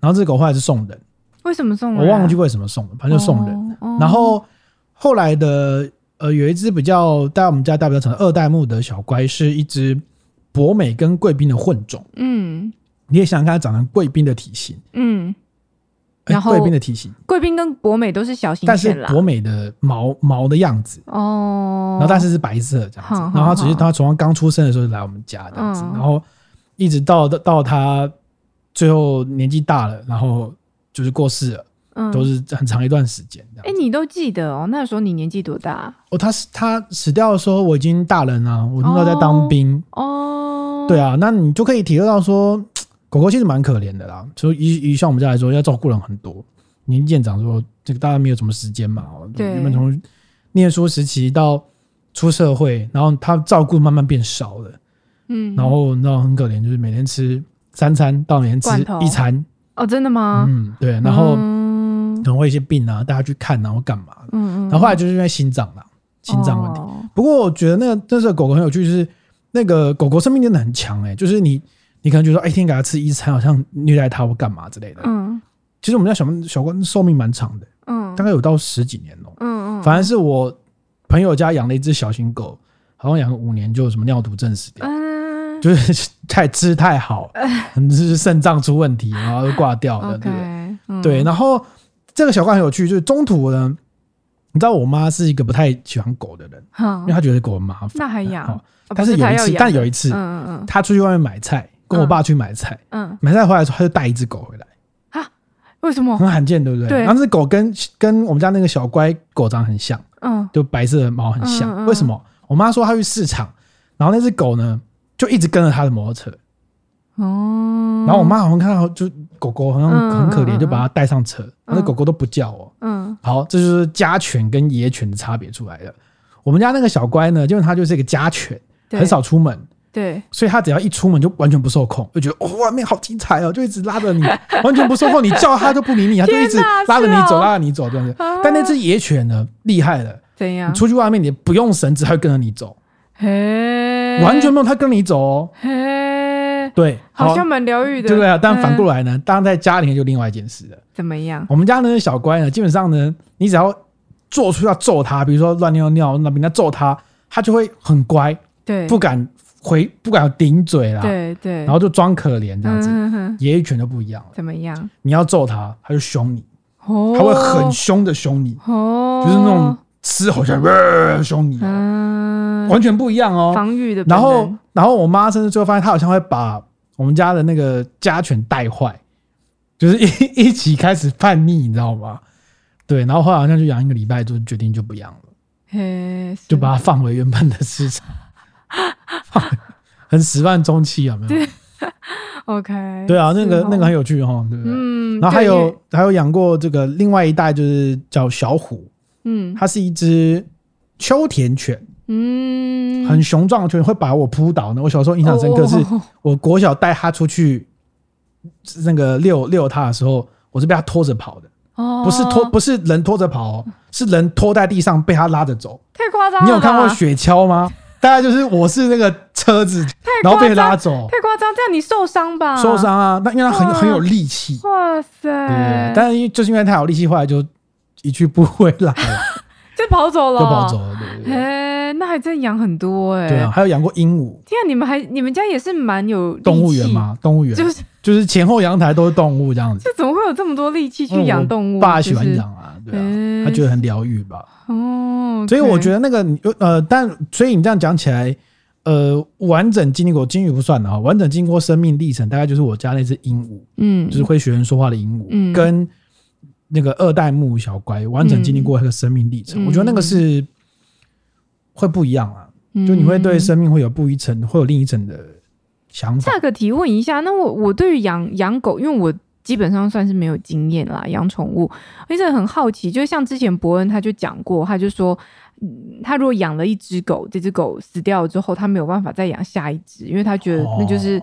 Speaker 1: 然后这狗后来是送人，
Speaker 2: 嗯为什么送人啊？
Speaker 1: 我忘记为什么送的，反正就送人。
Speaker 2: 哦。哦
Speaker 1: 然后后来的呃，有一只比较在我们家带比较长的二代目的小乖，是一只博美跟贵宾的混种。
Speaker 2: 嗯
Speaker 1: 你也想想看，它长成贵宾的体型，
Speaker 2: 嗯，
Speaker 1: 哎
Speaker 2: 然后
Speaker 1: 贵宾的体型，
Speaker 2: 贵宾跟博美都是小型
Speaker 1: 但是
Speaker 2: 犬啦。
Speaker 1: 博美的毛毛的样子，
Speaker 2: 哦，
Speaker 1: 然后但是是白色这样子。
Speaker 2: 好
Speaker 1: 然后它只是
Speaker 2: 好好
Speaker 1: 它从它刚出生的时候就来我们家这样子，
Speaker 2: 嗯
Speaker 1: 然后一直到到它最后年纪大了，然后就是过世了，
Speaker 2: 嗯
Speaker 1: 都是很长一段时间这样
Speaker 2: 哎
Speaker 1: 子。，
Speaker 2: 你都记得哦？那时候你年纪多大？啊
Speaker 1: 哦，他是他死掉的时候，我已经大人了，我那时候在当兵。
Speaker 2: 哦，
Speaker 1: 对啊，那你就可以体会到说，狗狗其实蛮可怜的啦。就以以像我们家来说，要照顾人很多。年纪渐长说，这个大家没有什么时间嘛，哦
Speaker 2: 对
Speaker 1: 你们从念书时期到出社会，然后他照顾慢慢变少了，
Speaker 2: 嗯，
Speaker 1: 然后你知道很可怜，就是每天吃三餐到每天吃
Speaker 2: 罐头
Speaker 1: 一餐，
Speaker 2: 哦，真的吗？
Speaker 1: 嗯，对，然后
Speaker 2: 嗯
Speaker 1: 可能会一些病啊，大家去看啊，或干嘛的。
Speaker 2: 嗯，哦
Speaker 1: 然后后来就是因为心脏啦，心脏问题。
Speaker 2: 题，
Speaker 1: 不过我觉得那个那时候狗狗很有趣，就是那个狗狗生命力真的很强哎、就是你你可能觉得说，哎、天天给它吃一餐，好像虐待它或干嘛之类的。
Speaker 2: 嗯
Speaker 1: 其实我们家小猫小狗寿命蛮长的，
Speaker 2: 嗯，
Speaker 1: 大概有到十几年哦、
Speaker 2: 嗯嗯，
Speaker 1: 反正是我朋友家养了一只小型狗，好像养了五年就有什么尿毒症死掉，
Speaker 2: 嗯
Speaker 1: 就是太吃太好，
Speaker 2: [LAUGHS]
Speaker 1: 就是肾脏出问题，然后就挂掉了，对不对？
Speaker 2: ，OK，嗯
Speaker 1: 对，，然后这个小狗很有趣，就是中途呢，你知道我妈是一个不太喜欢狗的人，
Speaker 2: 好
Speaker 1: 因为她觉得狗很麻烦。
Speaker 2: 嗯那还
Speaker 1: 好
Speaker 2: 养，哦
Speaker 1: 但是
Speaker 2: 不
Speaker 1: 有
Speaker 2: 他
Speaker 1: 一
Speaker 2: 要
Speaker 1: 次，
Speaker 2: 养
Speaker 1: 但
Speaker 2: 的
Speaker 1: 有一次，
Speaker 2: 嗯嗯
Speaker 1: 他出去外面买菜，跟我爸去买菜，
Speaker 2: 嗯
Speaker 1: 买菜回来的时候，他就带一只狗回来，
Speaker 2: 嗯，为什么？
Speaker 1: 很罕见，对不对？
Speaker 2: 对
Speaker 1: 然后这狗跟跟我们家那个小乖狗长得很像，
Speaker 2: 嗯
Speaker 1: 就白色的毛很像。
Speaker 2: 嗯嗯嗯
Speaker 1: 为什么？我妈说她去市场，然后那只狗呢就一直跟着她的摩托车，
Speaker 2: 哦， 어.
Speaker 1: 然后我妈好像看到就狗狗好像
Speaker 2: 嗯嗯
Speaker 1: 很可怜，
Speaker 2: 嗯嗯
Speaker 1: 就把它带上车，那狗狗都不叫哦。
Speaker 2: 嗯
Speaker 1: 好，这就是家犬跟野犬的差别出来了。我们家那个小乖呢，因为它就是一个家犬，
Speaker 2: 对
Speaker 1: 很少出门，
Speaker 2: 对，
Speaker 1: 所以他只要一出门就完全不受控，就觉得哦，外面好精彩哦，就一直拉着你，完全不受控。你叫他就不理你，啊他就一直
Speaker 2: 天哪
Speaker 1: 拉着你
Speaker 2: 是
Speaker 1: 走，
Speaker 2: 哦
Speaker 1: 拉着你走这样子。
Speaker 2: 啊
Speaker 1: 但那只野犬呢，厉害了，
Speaker 2: 怎
Speaker 1: 你
Speaker 2: 样？
Speaker 1: 出去外面你不用绳子，它会跟着你走，
Speaker 2: 嘿，
Speaker 1: 完全没有它跟你走哦。
Speaker 2: 嘿，
Speaker 1: 对，
Speaker 2: 好像蛮疗愈的，
Speaker 1: 对不对啊？但反过
Speaker 2: 来
Speaker 1: 来呢，当然在家里面就另外一件事了。
Speaker 2: 怎么样？
Speaker 1: 我们家呢小乖呢，基本上呢，你只要做出要揍它，比如说乱尿尿，那人家揍它，它就会很乖，
Speaker 2: 对，
Speaker 1: 不敢回，不敢顶嘴啦，
Speaker 2: 对对，
Speaker 1: 然后就装可怜这样子。
Speaker 2: 嗯哼哼
Speaker 1: 野野犬就不一样了，
Speaker 2: 怎么样？
Speaker 1: 你要揍它，它就凶你，
Speaker 2: 哦，
Speaker 1: 它会很凶的凶你，
Speaker 2: 哦，
Speaker 1: 就是那种狮吼像呃凶你哦，
Speaker 2: 嗯，
Speaker 1: 完全不一样哦。
Speaker 2: 防御的本能，
Speaker 1: 然后，然后我妈甚至最后发现，她好像会把我们家的那个家犬带坏，就是 [LAUGHS] 一一起开始叛逆，你知道吗？对，然后后来好像就养一个礼拜，就决定就不养
Speaker 2: 嗯
Speaker 1: 了，
Speaker 2: 嘿，是
Speaker 1: 就把它放回原本的市场， [LAUGHS] 放回很始乱终弃，有没有？
Speaker 2: OK，
Speaker 1: 对啊，那个
Speaker 2: 是哦
Speaker 1: 那个很有趣哈，对不对？
Speaker 2: 嗯，
Speaker 1: 然后还
Speaker 2: 对
Speaker 1: 有还有养过这个另外一代就是叫小虎，
Speaker 2: 嗯
Speaker 1: 它是一只秋田犬，
Speaker 2: 嗯，
Speaker 1: 很雄壮的犬，会把我扑倒呢。我小时候印象深刻是，
Speaker 2: 哦哦哦哦
Speaker 1: 我国小带它出去那个遛遛它的时候，我是被它拖着跑的，
Speaker 2: 哦，
Speaker 1: 不是拖
Speaker 2: 아,
Speaker 1: 不是人拖着跑哦，是人拖在地上被它拉着走。
Speaker 2: 太夸张了吧，
Speaker 1: 你有看过雪橇吗？大概就是我是那个车子，
Speaker 2: 太
Speaker 1: 然后
Speaker 2: 夸
Speaker 1: 被
Speaker 2: 张哦
Speaker 1: 拉走，
Speaker 2: 太夸张，这样你受伤吧？
Speaker 1: 受，伤啊。那因为它很
Speaker 2: 哇
Speaker 1: 很有力气，
Speaker 2: 哇塞
Speaker 1: 对对，对，嗯但是因为就是因为它有力气，后来就一去不回来了，
Speaker 2: 就跑走
Speaker 1: 就
Speaker 2: 了，
Speaker 1: 跑走。了。对对对，
Speaker 2: 哎，那还真养很多哎，
Speaker 1: 对啊，还有养过鹦鹉，
Speaker 2: 天啊，你们还你们家也是蛮有力
Speaker 1: 动物园
Speaker 2: 气？
Speaker 1: 嘛，动物园
Speaker 2: 就是
Speaker 1: 就是前后阳台都是动物这样子。
Speaker 2: 这怎么会有这么多力气
Speaker 1: 因
Speaker 2: 去
Speaker 1: 为
Speaker 2: 养
Speaker 1: 嗯我
Speaker 2: 动物？
Speaker 1: 爸
Speaker 2: 就
Speaker 1: 喜欢
Speaker 2: 是
Speaker 1: 养啊，对啊，
Speaker 2: 嗯
Speaker 1: 他觉得很疗愈吧。
Speaker 2: 哦，
Speaker 1: 所以我觉得
Speaker 2: 得
Speaker 1: 那个你呃，但所以你这样讲起来，呃，完整经历过金鱼不算了啊，完整经过生命历程，大概就是我家那只鹦鹉，
Speaker 2: 嗯
Speaker 1: 就是会学人说话的鹦鹉，
Speaker 2: 嗯
Speaker 1: 跟那个二代目小乖，完整经历过那个生命历程，
Speaker 2: 嗯
Speaker 1: 我觉得那个是会不一样啊，就你会对
Speaker 2: 嗯
Speaker 1: 生命会有不一层，会有另一层的想法
Speaker 2: 下。个提问一下，那我我对于养养狗，因为我基本上算是没有经验啦，养宠物，而且很好奇，就像之前伯恩他就讲过，他就说，嗯他如果养了一只狗，这只狗死掉之后，他没有办法再养下一只，因为他觉得那就是，
Speaker 1: 哦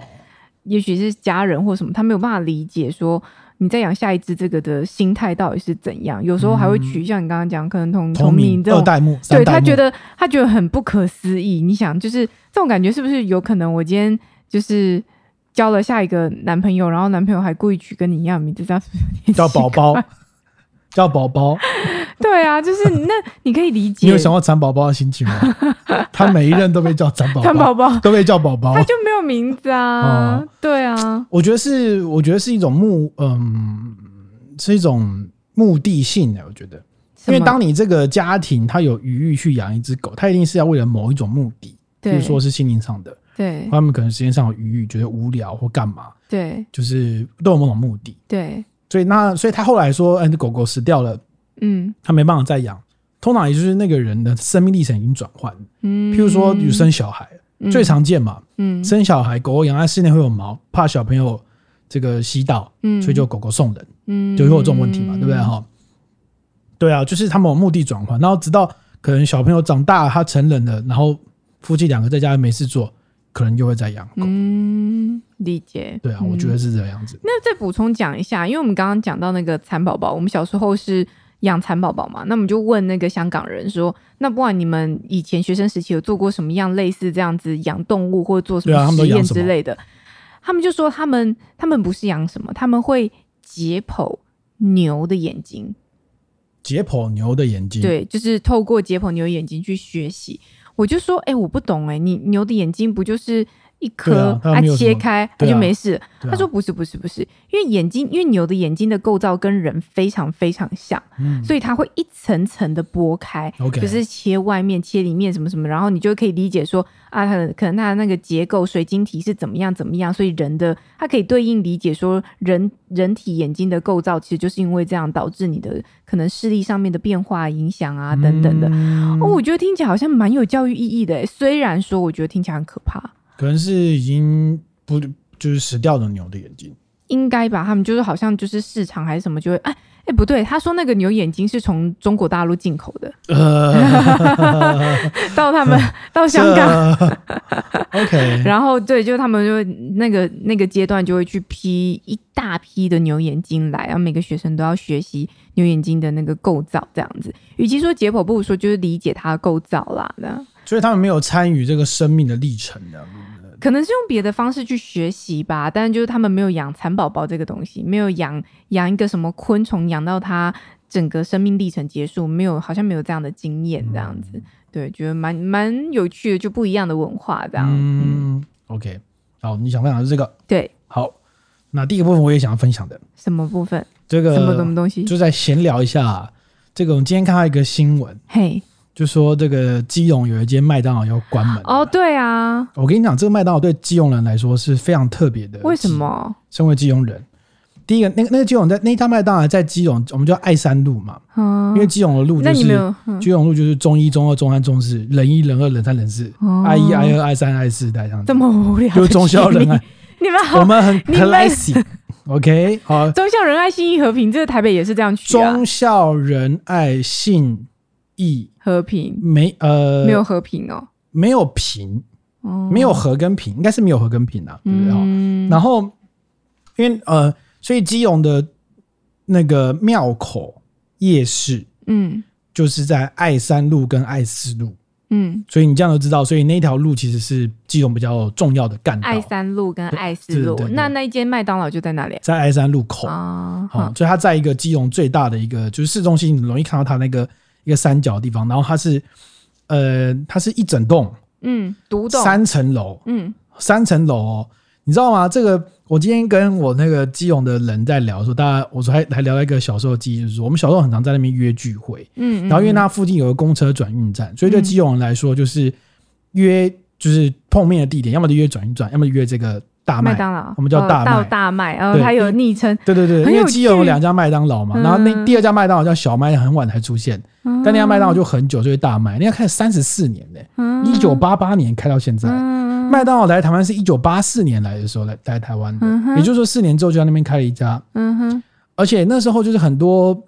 Speaker 2: 也许是家人或什么，他没有办法理解说。你再养下一只，这个的心态到底是怎样？有时候还会取像你刚刚讲，可能同
Speaker 1: 嗯同哦
Speaker 2: 名
Speaker 1: 名
Speaker 2: 这
Speaker 1: 二
Speaker 2: 种
Speaker 1: 代目，
Speaker 2: 对
Speaker 1: 三代
Speaker 2: 他
Speaker 1: 目
Speaker 2: 觉得他觉得很不可思议。你想，就是这种感觉，是不是有可能我今天就是交了下一个男朋友，然后男朋友还故意取跟你一样的名字，这样是不是有点
Speaker 1: 叫宝
Speaker 2: 奇怪？
Speaker 1: 宝，叫宝宝。
Speaker 2: 对啊，就是那你可以理解
Speaker 1: 你有想过蚕宝宝的心
Speaker 2: [LAUGHS]
Speaker 1: 情吗？他每一任都被叫蚕宝
Speaker 2: 蚕
Speaker 1: 宝，
Speaker 2: 宝宝，
Speaker 1: 都被叫宝宝
Speaker 2: 他。就没有名字啊
Speaker 1: 哦，
Speaker 2: 对啊，
Speaker 1: 我觉得是，我觉得是一种目，嗯，是一种目的性欸的。我觉得，因为
Speaker 2: 什么
Speaker 1: 当你这个家庭他有余裕去养一只狗，他一定是要为了某一种目的，比
Speaker 2: 对
Speaker 1: 如说是心灵上的，
Speaker 2: 对
Speaker 1: 他们可能时间上有余裕，觉得无聊或干嘛，
Speaker 2: 对
Speaker 1: 就是都有某种目的。
Speaker 2: 对，
Speaker 1: 所以那，所以他后来说，哎，这狗狗死掉了，
Speaker 2: 嗯
Speaker 1: 他没办法再养。通常也就是那个人的生命历程已经转换了，
Speaker 2: 嗯，
Speaker 1: 譬如说有生小孩，
Speaker 2: 嗯
Speaker 1: 最常见嘛，
Speaker 2: 嗯
Speaker 1: 生小孩狗狗养在室内会有毛，怕小朋友这个吸到，
Speaker 2: 嗯
Speaker 1: 所以就狗狗送人，
Speaker 2: 嗯
Speaker 1: 就会有这种问题嘛，对不对哈？对啊，就是他们有目的转换，然后直到可能小朋友长大，他成人了，然后夫妻两个在家没事做，可能又会再养狗。
Speaker 2: 嗯，理解。
Speaker 1: 对啊，我
Speaker 2: 嗯
Speaker 1: 觉得是这个样子。
Speaker 2: 那再补充讲一下，因为我们刚刚讲到那个蚕宝宝，我们小时候是养蚕宝宝嘛，那我们就问那个香港人说，那不管你们以前学生时期有做过什么样类似这样子养动物或者做什
Speaker 1: 对啊他
Speaker 2: 么
Speaker 1: 们都
Speaker 2: 实验
Speaker 1: 养什么
Speaker 2: 之类的，他们就说他们他们不是养什么，他们会解剖牛的眼睛，
Speaker 1: 解剖牛的眼睛，
Speaker 2: 对，就是透过解剖牛眼睛去学习。我就说，哎、我不懂哎、你牛的眼睛不就是一
Speaker 1: 对
Speaker 2: 颗
Speaker 1: 啊，它没有什么
Speaker 2: 切开它
Speaker 1: 对啊
Speaker 2: 就没事了
Speaker 1: 对啊
Speaker 2: 他说不是不是不是，因为眼睛，因为牛的眼睛的构造跟人非常非常像，
Speaker 1: 嗯
Speaker 2: 所以它会一层层的剥开
Speaker 1: OK
Speaker 2: 就是切外面、切里面什么什么，然后你就可以理解说啊，它的可能它的那个结构、水晶体是怎么样怎么样，所以人的它可以对应理解说人人体眼睛的构造其实就是因为这样导致你的可能视力上面的变化影响啊等等的。
Speaker 1: 嗯
Speaker 2: 哦，我觉得听起来好像蛮有教育意义的耶，欸虽然说我觉得听起来很可怕，
Speaker 1: 可能是已经不就是死掉的牛的眼睛。
Speaker 2: 应该吧，他们就是好像就是市场还是什么就会哎哎、哎，不对，他说那个牛眼睛是从中国大陆进口的， [LAUGHS]
Speaker 1: [LAUGHS] 呃，
Speaker 2: 到他们到香港，
Speaker 1: 这，OK，
Speaker 2: 然后对，就他们就那个那个阶段就会去批一大批的牛眼睛来，然后每个学生都要学习牛眼睛的那个构造，这样子。与其说解剖，不如说就是理解它的构造啦。那
Speaker 1: 所以他们没有参与这个生命的历程的，
Speaker 2: 可能是用别的方式去学习吧，但就是他们没有养蚕宝宝这个东西，没有养养一个什么昆虫，养到它整个生命历程结束，没有好像没有这样的经验，这样
Speaker 1: 嗯
Speaker 2: 子。对，觉得蛮蛮有趣的，就不一样的文化这样。嗯，
Speaker 1: 嗯，OK，好，你想分享的是这个，
Speaker 2: 对，
Speaker 1: 好，那第一个部分我也想分享的，
Speaker 2: 什么部分？
Speaker 1: 这个
Speaker 2: 什么什么东西？
Speaker 1: 就在闲聊一下，这个我们今天看到一个新闻，
Speaker 2: 嘿，
Speaker 1: 就说这个基隆有一间麦当劳要关门
Speaker 2: 哦，，对啊，
Speaker 1: 我跟你讲，这个麦当劳对基隆人来说是非常特别的，
Speaker 2: 为什？么？
Speaker 1: 身为基隆人，第一个，那个那个基隆在那一家麦当劳在基隆，我们叫爱山路嘛，呃
Speaker 2: 嗯，
Speaker 1: 因为基隆的路
Speaker 2: 那
Speaker 1: 就
Speaker 2: 你
Speaker 1: 是
Speaker 2: 没有？嗯
Speaker 1: 基隆路就是中一、中二、中三、中四，人一、人二、人三、人四
Speaker 2: 哦
Speaker 1: ，I 一、I 二、I 三、I 四，这样子
Speaker 2: 这，么无聊，
Speaker 1: 哎就是忠孝仁爱，，
Speaker 2: [LAUGHS] 你们
Speaker 1: 我
Speaker 2: 好，
Speaker 1: 们很
Speaker 2: 你们
Speaker 1: 很 i c OK，好，
Speaker 2: [LAUGHS] 忠孝仁爱、心意和平，这个台北也是这样取啊，
Speaker 1: 忠孝仁爱信义
Speaker 2: 和平
Speaker 1: 没呃
Speaker 2: 没有和平哦，
Speaker 1: 没有平，
Speaker 2: 哦，
Speaker 1: 没有和跟平，应该是没有和跟平啊，对不对？哦
Speaker 2: 嗯，
Speaker 1: 然后因为呃，所以基隆的那个庙口夜市
Speaker 2: 嗯
Speaker 1: 就是在爱三路跟爱四路，
Speaker 2: 嗯，
Speaker 1: 所以你这样就知道，所以那条路其实是基隆比较重要的干道
Speaker 2: 爱，三路跟爱四路
Speaker 1: 对对，对
Speaker 2: 那那一间麦当劳就在那里
Speaker 1: 在爱三路口。
Speaker 2: 啊？
Speaker 1: 好、
Speaker 2: 哈
Speaker 1: 所以它在一个基隆最大的一个就是市中心，你容易看到它那个一个三角的地方，然后它是呃，它是一整栋
Speaker 2: 嗯，独栋，
Speaker 1: 三层楼，
Speaker 2: 嗯
Speaker 1: 三层楼哦，你知道吗？这个我今天跟我那个基隆的人在聊说，大家我说还还聊到一个小时候的记忆，就是说我们小时候很常在那边约聚会，
Speaker 2: 嗯，嗯
Speaker 1: 然后因为那附近有个公车转运站，所以对基隆人来说就是约就是碰面的地点，要么就约转运站，要么就约这个大麦
Speaker 2: 麦。当劳，
Speaker 1: 我们叫
Speaker 2: 哦
Speaker 1: 大麦
Speaker 2: 到大麦，然后
Speaker 1: 对
Speaker 2: 它有昵称，
Speaker 1: 对对对，
Speaker 2: 很有
Speaker 1: 因为基隆有
Speaker 2: 趣
Speaker 1: 两家麦当劳嘛，然后那
Speaker 2: 嗯
Speaker 1: 第二家麦当劳叫小麦，很晚才出现，
Speaker 2: 但
Speaker 1: 但那家麦当劳就很久，就是大麦，那家开了三十四年呢、一九八八年开到现在。
Speaker 2: 哦嗯
Speaker 1: 麦当劳来台湾是一九八四年来的时候来来台湾的，
Speaker 2: 嗯哼
Speaker 1: 也就是说四年之后就在那边开了一家，
Speaker 2: 嗯哼，
Speaker 1: 而且那时候就是很多，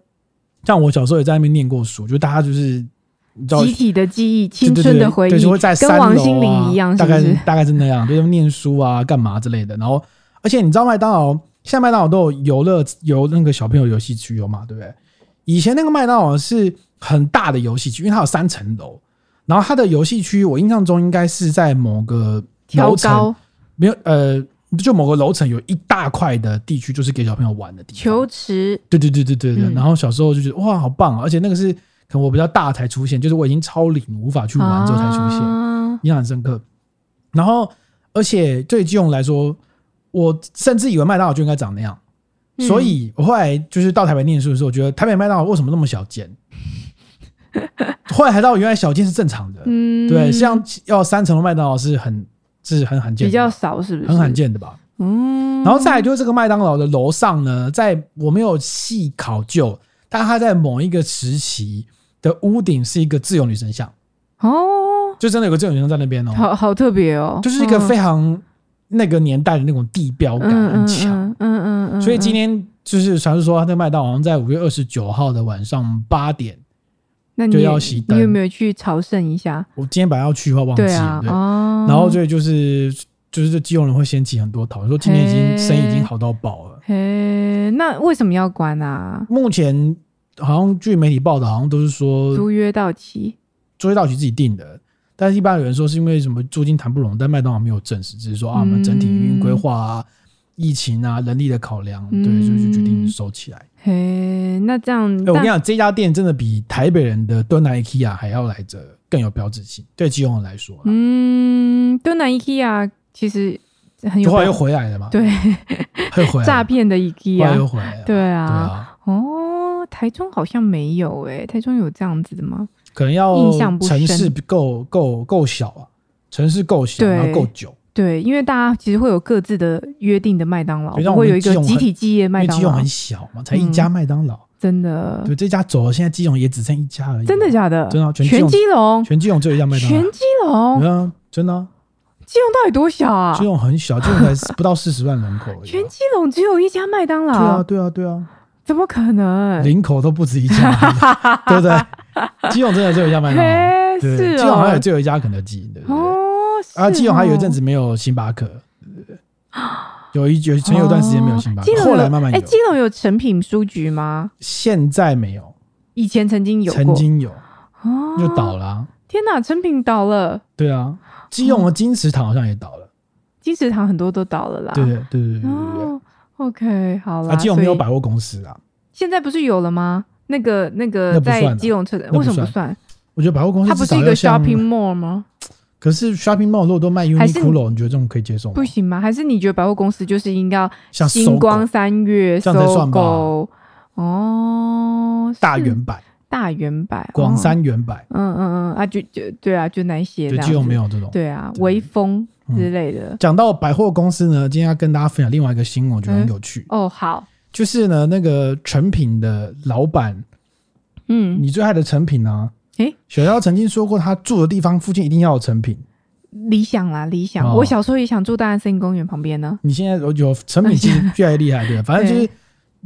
Speaker 1: 像我小时候也在那边念过书，就大家就是你知道
Speaker 2: 集体的记忆，青
Speaker 1: 对对
Speaker 2: 春
Speaker 1: 对
Speaker 2: 的回忆，
Speaker 1: 对，就会在
Speaker 2: 跟
Speaker 1: 三楼啊
Speaker 2: 王心凌一样，是
Speaker 1: 大
Speaker 2: 不
Speaker 1: 概
Speaker 2: 是？
Speaker 1: 大概是那样，就是念书啊、干嘛之类的。然后，而且你知道麦当劳现在麦当劳都有游乐有那个小朋友游戏区有嘛，对不对？以前那个麦当劳是很大的游戏区，因为它有三层楼，然后它的游戏区我印象中应该是在某个
Speaker 2: 调
Speaker 1: 楼层，
Speaker 2: 高
Speaker 1: 没有呃，就某个楼层有一大块的地区就是给小朋友玩的地方。
Speaker 2: 球池，
Speaker 1: 对对对对对对。
Speaker 2: 嗯
Speaker 1: 然后小时候就觉得哇，好棒、啊！而且那个是可能我比较大才出现，就是我已经超龄无法去玩之后才出现，
Speaker 2: 啊
Speaker 1: 印象很深刻。然后，而且对基隆来说，我甚至以为麦当劳就应该长那样。
Speaker 2: 嗯
Speaker 1: 所以我后来就是到台北念书的时候，我觉得台北麦当劳为什么那么小间？后来才知道原来小间是正常的，
Speaker 2: 嗯，
Speaker 1: 对，像要三层楼麦当劳是很是很罕见的，
Speaker 2: 比较少，是不是？
Speaker 1: 很罕，见的吧？
Speaker 2: 嗯。
Speaker 1: 然后再来就是这个麦当劳的楼上呢，在我没有细考究，但它在某一个时期的屋顶是一个自由女神像，
Speaker 2: 哦，
Speaker 1: 就真的有个自由女神像在那边哦，
Speaker 2: 好好特别哦，
Speaker 1: 就是一个
Speaker 2: 嗯
Speaker 1: 非常那个年代的那种地标感很强。，
Speaker 2: 嗯嗯嗯嗯嗯，
Speaker 1: 所以今天就是传说他的麦当劳好像在五月二十九号的晚上八点，
Speaker 2: 那你
Speaker 1: 就
Speaker 2: 也
Speaker 1: 要熄灯
Speaker 2: 你有没有去朝圣一下？
Speaker 1: 我今天本来要去的话忘记
Speaker 2: 对
Speaker 1: 了
Speaker 2: 啊，，
Speaker 1: 对
Speaker 2: 哦，
Speaker 1: 然后所以就是就是这基隆人会掀起很多讨论，说今天已经生意已经好到爆了。
Speaker 2: 嘿，那为什么要关啊？
Speaker 1: 目前好像据媒体报道，好像都是说
Speaker 2: 租约到期，
Speaker 1: 作业到期自己定的，但是一般有人说是因为什么租金谈不拢，但麦当劳没有证实，只是说啊，我们整体运营规划啊、疫情啊、人力的考量，对，
Speaker 2: 嗯
Speaker 1: 所以就决定收起来。
Speaker 2: 嘿，那这样，
Speaker 1: 哎、我跟
Speaker 2: 但
Speaker 1: 你讲，这家店真的比台北人的敦南 IKEA 还要来着更有标志性，对基隆人来说啊啦，
Speaker 2: 嗯，敦南 IKEA 其实很有
Speaker 1: 就后来
Speaker 2: 标
Speaker 1: 又回来了嘛，，
Speaker 2: 对
Speaker 1: [LAUGHS] 又回来了
Speaker 2: 诈，骗的
Speaker 1: 后来
Speaker 2: IKEA，
Speaker 1: 又回来了，
Speaker 2: 对啊，
Speaker 1: 啊，
Speaker 2: 哦，台中好像没有诶、台中有这样子的吗？
Speaker 1: 可能要
Speaker 2: 印象不深
Speaker 1: 城市够够够小啊，城市够小，
Speaker 2: 对
Speaker 1: 然后够久，
Speaker 2: 对，因为大家其实会有各自的约定的麦当劳，
Speaker 1: 对让
Speaker 2: 不
Speaker 1: 我们
Speaker 2: 会有一个
Speaker 1: 基隆很
Speaker 2: 集体记忆的
Speaker 1: 因
Speaker 2: 麦
Speaker 1: 为
Speaker 2: 当
Speaker 1: 基隆
Speaker 2: 劳嗯
Speaker 1: 很，小嘛，才一家麦当劳。
Speaker 2: 真的，
Speaker 1: 对，这家走了，现在基隆也只剩一家而已。
Speaker 2: 真的假的？
Speaker 1: 真的啊全基
Speaker 2: 全
Speaker 1: 隆
Speaker 2: 基隆，
Speaker 1: 全基隆只有一家麦当劳。
Speaker 2: 全基隆，
Speaker 1: 对啊，真的啊、
Speaker 2: 基隆到底多小啊
Speaker 1: 基？隆
Speaker 2: [LAUGHS]
Speaker 1: 很小，基隆才不到四十万人口而已啊、
Speaker 2: 全基隆只有一家麦当
Speaker 1: 对啊，
Speaker 2: 劳，
Speaker 1: 对啊，对啊，
Speaker 2: 怎么可能？
Speaker 1: 领口都不止一
Speaker 2: [LAUGHS]
Speaker 1: 家，对不对？基隆真的只有一家麦当劳，
Speaker 2: 嘿，
Speaker 1: 对，
Speaker 2: 是
Speaker 1: 基隆好像
Speaker 2: 哦
Speaker 1: 有，只有一家肯德基，对不对？
Speaker 2: 哦，是
Speaker 1: 啊，基隆还有一
Speaker 2: 哦
Speaker 1: 阵子没有星巴克，对对对有一有曾有一段时间没有星巴
Speaker 2: 基
Speaker 1: 克，
Speaker 2: 隆
Speaker 1: 后来慢慢
Speaker 2: 哎，
Speaker 1: 有，
Speaker 2: 基隆有成品书局吗？
Speaker 1: 现在没有，
Speaker 2: 以前曾经有过，
Speaker 1: 曾经有
Speaker 2: 哦，
Speaker 1: 就倒了啊，
Speaker 2: 天哪，成品倒了，
Speaker 1: 对啊，基隆的金石堂好像也倒了，
Speaker 2: 金石堂很多都倒了啦。
Speaker 1: 对对对对对对对
Speaker 2: 哦，OK，好
Speaker 1: 对，
Speaker 2: 啦。
Speaker 1: 啊，基隆没有
Speaker 2: 所以
Speaker 1: 百货公司啊，
Speaker 2: 现在不是有了吗？那个那
Speaker 1: 那
Speaker 2: 个
Speaker 1: 不算啊
Speaker 2: 在基隆车站
Speaker 1: 那不
Speaker 2: 为什
Speaker 1: 算
Speaker 2: 么不算？
Speaker 1: 我觉得百货公司
Speaker 2: 它不
Speaker 1: 哦至
Speaker 2: 是
Speaker 1: 少
Speaker 2: 一
Speaker 1: 要
Speaker 2: 个
Speaker 1: 像
Speaker 2: shopping mall 吗？
Speaker 1: 可是 shopping mall 如果都卖
Speaker 2: 还是
Speaker 1: Uniqlo，你觉得这种可以接受吗？
Speaker 2: 不行吗？还是你觉得百货公司就是应该要
Speaker 1: 像搜
Speaker 2: 星
Speaker 1: 狗
Speaker 2: 光三月、
Speaker 1: 这样才
Speaker 2: 搜
Speaker 1: 算吧
Speaker 2: 狗哦，
Speaker 1: 大
Speaker 2: 是
Speaker 1: 圆百、
Speaker 2: 大圆百、
Speaker 1: 广
Speaker 2: 哦，
Speaker 1: 三圆百，
Speaker 2: 嗯嗯嗯啊，就就对啊，就那一些这
Speaker 1: 对，
Speaker 2: 样
Speaker 1: 基隆没
Speaker 2: 有，
Speaker 1: 有这种。
Speaker 2: 对啊，
Speaker 1: 对嗯
Speaker 2: 微风之类的。
Speaker 1: 讲到百货公司呢，今天要跟大家分享另外一个新闻，我觉得很有趣，
Speaker 2: 哦，好，
Speaker 1: 就是呢，那个成品的老板，
Speaker 2: 嗯，
Speaker 1: 你最爱的成品呢、
Speaker 2: 诶
Speaker 1: 小妖曾经说过，他住的地方附近一定要有成品。
Speaker 2: 理想啦，理想。
Speaker 1: 哦
Speaker 2: 我小时候也想住大安森林公园旁边呢。
Speaker 1: 你现在有有成品，其实越来越厉害，
Speaker 2: [LAUGHS]
Speaker 1: 对，反正就是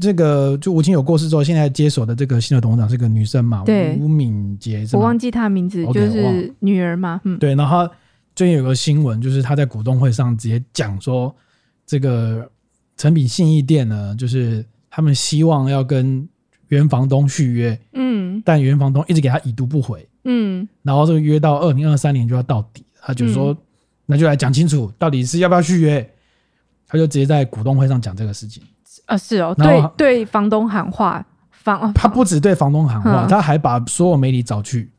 Speaker 1: 这个，就吴清有过世之后，现在接手的这个新的董事长是个女生嘛，
Speaker 2: 对
Speaker 1: 吴敏杰是
Speaker 2: 我
Speaker 1: 吗？
Speaker 2: 忘记她名字，
Speaker 1: OK，
Speaker 2: 就
Speaker 1: 我忘了
Speaker 2: 是女儿嘛，嗯，
Speaker 1: 对，然后最近有个新闻，就是他在股东会上直接讲说，这个成品信义店呢，就是他们希望要跟原房东续约，
Speaker 2: 嗯
Speaker 1: 但原房东一直给他已读不回，
Speaker 2: 嗯，
Speaker 1: 然后这个约到二零二三年就要到底，他就说、那就来讲清楚，到底是要不要续约。他就直接在股东会上讲这个事情，
Speaker 2: 啊，是哦，
Speaker 1: 然
Speaker 2: 对
Speaker 1: 后
Speaker 2: 对，房东喊话，房哦
Speaker 1: 他不只对房东喊话，
Speaker 2: 嗯
Speaker 1: 他还把所有媒体找去，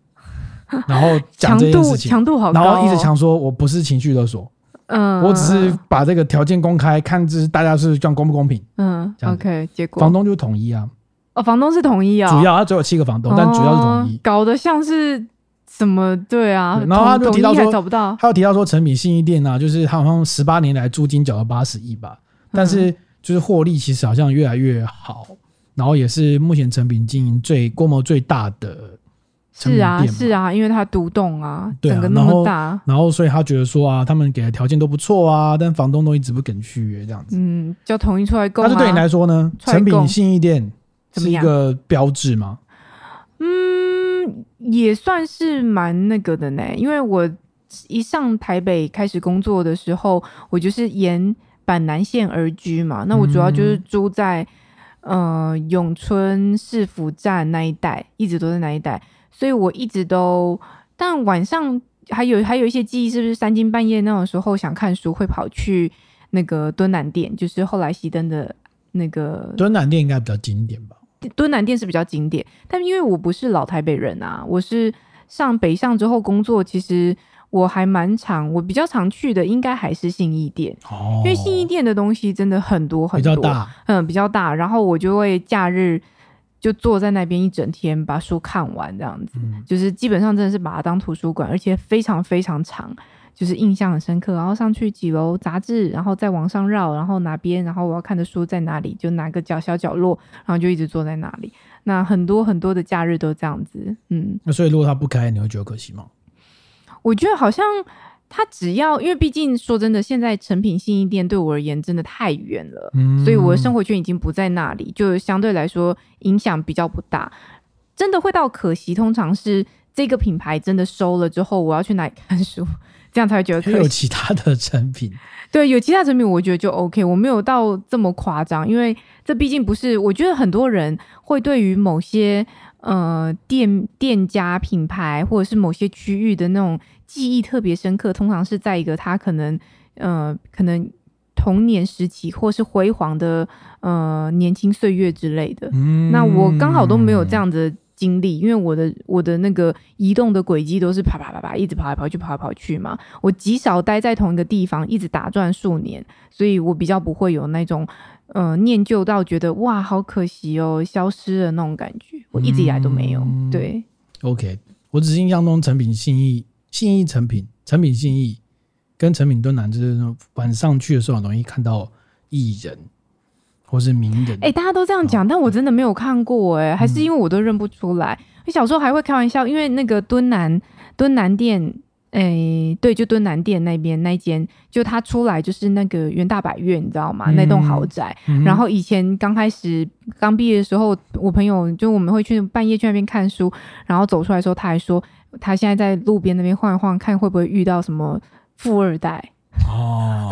Speaker 1: 然后讲
Speaker 2: 强
Speaker 1: 这件
Speaker 2: 度
Speaker 1: 事情，
Speaker 2: 强度好高
Speaker 1: 然
Speaker 2: 哦，
Speaker 1: 后一直强说我不是情绪勒索，
Speaker 2: 嗯，嗯，
Speaker 1: 我只是把这个条件公开，看这大家是这样公不公平。
Speaker 2: 嗯
Speaker 1: 这样子
Speaker 2: ，OK，结果
Speaker 1: 房东就统一啊，
Speaker 2: 哦，房东是统一啊，
Speaker 1: 主要他只有七个房东，但主要是统
Speaker 2: 哦
Speaker 1: 一。
Speaker 2: 搞得像是什么对啊，
Speaker 1: 对然后他就
Speaker 2: 统
Speaker 1: 提到
Speaker 2: 统一
Speaker 1: 说
Speaker 2: 还找不到，
Speaker 1: 他有提到说，成品信义店啊，就是他好像十八年来租金缴了八十亿
Speaker 2: 嗯
Speaker 1: 吧，但是就是获利其实好像越来越好，然后也是目前成品经营最规模最大的成
Speaker 2: 是
Speaker 1: 品
Speaker 2: 啊
Speaker 1: 店嘛
Speaker 2: 是啊，因为他独栋啊，
Speaker 1: 对啊
Speaker 2: 整个那
Speaker 1: 然后
Speaker 2: 么大，
Speaker 1: 然后所以他觉得说啊，他们给的条件都不错啊，但房东都一直不肯续约这样子。
Speaker 2: 嗯，就统一出来购
Speaker 1: 但
Speaker 2: 买，
Speaker 1: 是对你来说呢，
Speaker 2: 出来
Speaker 1: 成品
Speaker 2: 供
Speaker 1: 信义店
Speaker 2: 怎
Speaker 1: 是
Speaker 2: 么
Speaker 1: 一
Speaker 2: 样
Speaker 1: 个标志吗？
Speaker 2: 嗯，也算是蛮那个的呢，因为我一上台北开始工作的时候，我就是沿板南线而居嘛，那我主要就是住在、呃永春市府站那一带，一直都在那一带，所以我一直都，但晚上还有还有一些记忆，是不是三更半夜那种时候想看书，会跑去那个敦南店，就是后来熄灯的那个
Speaker 1: 敦南店应该比较经典吧。
Speaker 2: 敦南店是比较经典，但因为我不是老台北人啊，我是上北上之后工作，其实我还蛮常，我比较常去的应该还是信义店，
Speaker 1: 哦，
Speaker 2: 因为信义店的东西真的很多很
Speaker 1: 比
Speaker 2: 多，
Speaker 1: 较，大，
Speaker 2: 嗯，比较大，然后我就会假日就坐在那边一整天把书看完这样子，
Speaker 1: 嗯，
Speaker 2: 就是基本上真的是把它当图书馆，而且非常非常长，就是印象很深刻。然后上去几楼杂志，然后再往上绕，然后哪边，然后我要看的书在哪里，就哪个角小角落，然后就一直坐在那里。那很多很多的假日都这样子，嗯，
Speaker 1: 那所以如果它不开，你会觉得可惜吗？
Speaker 2: 我觉得好像。它只要，因为毕竟说真的，现在成品信义店对我而言真的太远了，
Speaker 1: 嗯
Speaker 2: 所以我的生
Speaker 1: 活
Speaker 2: 活圈已经不在那里，就相对来说影响比较不大。真的会到可惜，通常是这个品牌真的收了之后，我要去哪里看书，这样才会觉得
Speaker 1: 还
Speaker 2: 可
Speaker 1: 有
Speaker 2: 惜。
Speaker 1: 其他的产品，
Speaker 2: 对，有其他产品我觉得就 OK，我没有到这么夸张，因为这毕竟不是。我觉得很多人会对于某些呃店店家品牌或者是某些区域的那种记忆特别深刻，通常是在一个他可能呃可能童年时期或是辉煌的呃年轻岁月之类的。
Speaker 1: [LAUGHS] 嗯
Speaker 2: 那我刚好都没有这，样子的经历，因为我的我的那个移动的轨迹都是啪啪啪啪一直跑来跑去跑来跑去嘛，我极少待在同一个地方一直打转数年，所以我比较不会有那种呃念旧到觉得哇好可惜哦消失了那种感觉，我一直以来都没有。
Speaker 1: 嗯
Speaker 2: 对，
Speaker 1: OK，我只是印象中成品信义、信义成品、成品信义跟成品敦南，就是那种晚上去的时候很容易看到艺人或是名人，
Speaker 2: 哎、大家都这样讲，但我真的没有看过哎、
Speaker 1: 嗯
Speaker 2: 还是因为我都认不出来。我小时候还会开玩笑，因为那个敦南敦南店诶，对，就敦南店那边那一间，就它出来就是那个元大百悦，你知道吗？那栋豪宅。
Speaker 1: 嗯
Speaker 2: 然后以前刚开始刚毕业的时候，我朋友就我们会去半夜去那边看书，然后走出来的时候，他还说他现在在路边那边晃一晃，看会不会遇到什么富二代。
Speaker 1: 哦，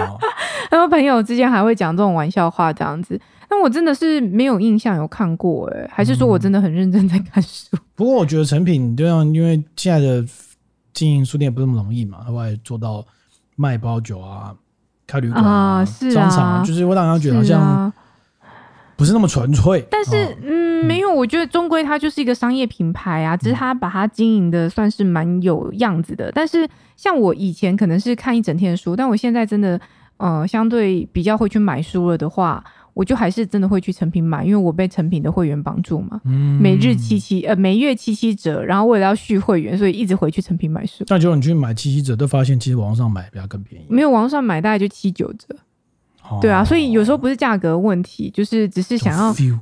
Speaker 2: 然后朋友之间还会讲这种玩笑话这样子。但我真的是没有印象有看过、欸，还是说
Speaker 1: 嗯
Speaker 2: 我真的很认真在看书？
Speaker 1: [LAUGHS] 不过我觉得成品就像因为现在的经营书店不是那么容易嘛，他会做到卖包酒啊、开旅馆
Speaker 2: 啊是啊
Speaker 1: 商场就是会让 [LAUGHS] 人家觉得好
Speaker 2: 是
Speaker 1: 像哦
Speaker 2: 啊
Speaker 1: 不是那么纯粹。
Speaker 2: 但是，
Speaker 1: 哦
Speaker 2: 嗯，没有，我觉得终归它就是一个商业品牌啊，
Speaker 1: 嗯
Speaker 2: 只是它把它经营的算是蛮有样子的。但是，像我以前可能是看一整天的书，但我现在真的，呃，相对比较会去买书了的话，我就还是真的会去成品买，因为我被成品的会员绑住嘛，
Speaker 1: 嗯
Speaker 2: 每日七七，呃，每月七七折，然后为了要续会员，所以一直回去成品买书。
Speaker 1: 那结果你去买七七折，都发现其实网上买比较更便宜。
Speaker 2: 没有网上买大概就七九折，
Speaker 1: 哦
Speaker 2: 对啊，所以有时候不是价格问题，就是只是
Speaker 1: 这种
Speaker 2: 想要
Speaker 1: feel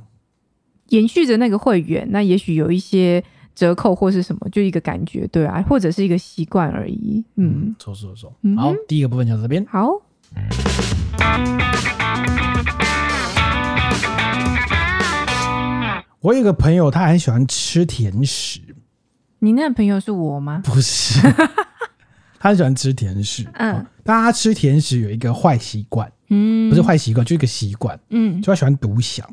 Speaker 2: 延续着那个会员，那也许有一些折扣或是什么，就一个感觉，对啊，或者是一个习惯而已。嗯，
Speaker 1: 收收收
Speaker 2: 嗯。哼
Speaker 1: 好，第一个部分就到这边。
Speaker 2: 好，
Speaker 1: 我有一个朋友，他很喜欢吃甜食，
Speaker 2: 你那个朋友是我吗？
Speaker 1: 不
Speaker 2: [LAUGHS]
Speaker 1: 是，他很喜欢吃甜食。
Speaker 2: 嗯
Speaker 1: 哦，但他吃甜食有一个坏习惯，
Speaker 2: 嗯，
Speaker 1: 不是，坏习惯，就一个习惯，
Speaker 2: 嗯，
Speaker 1: 就他喜欢独享，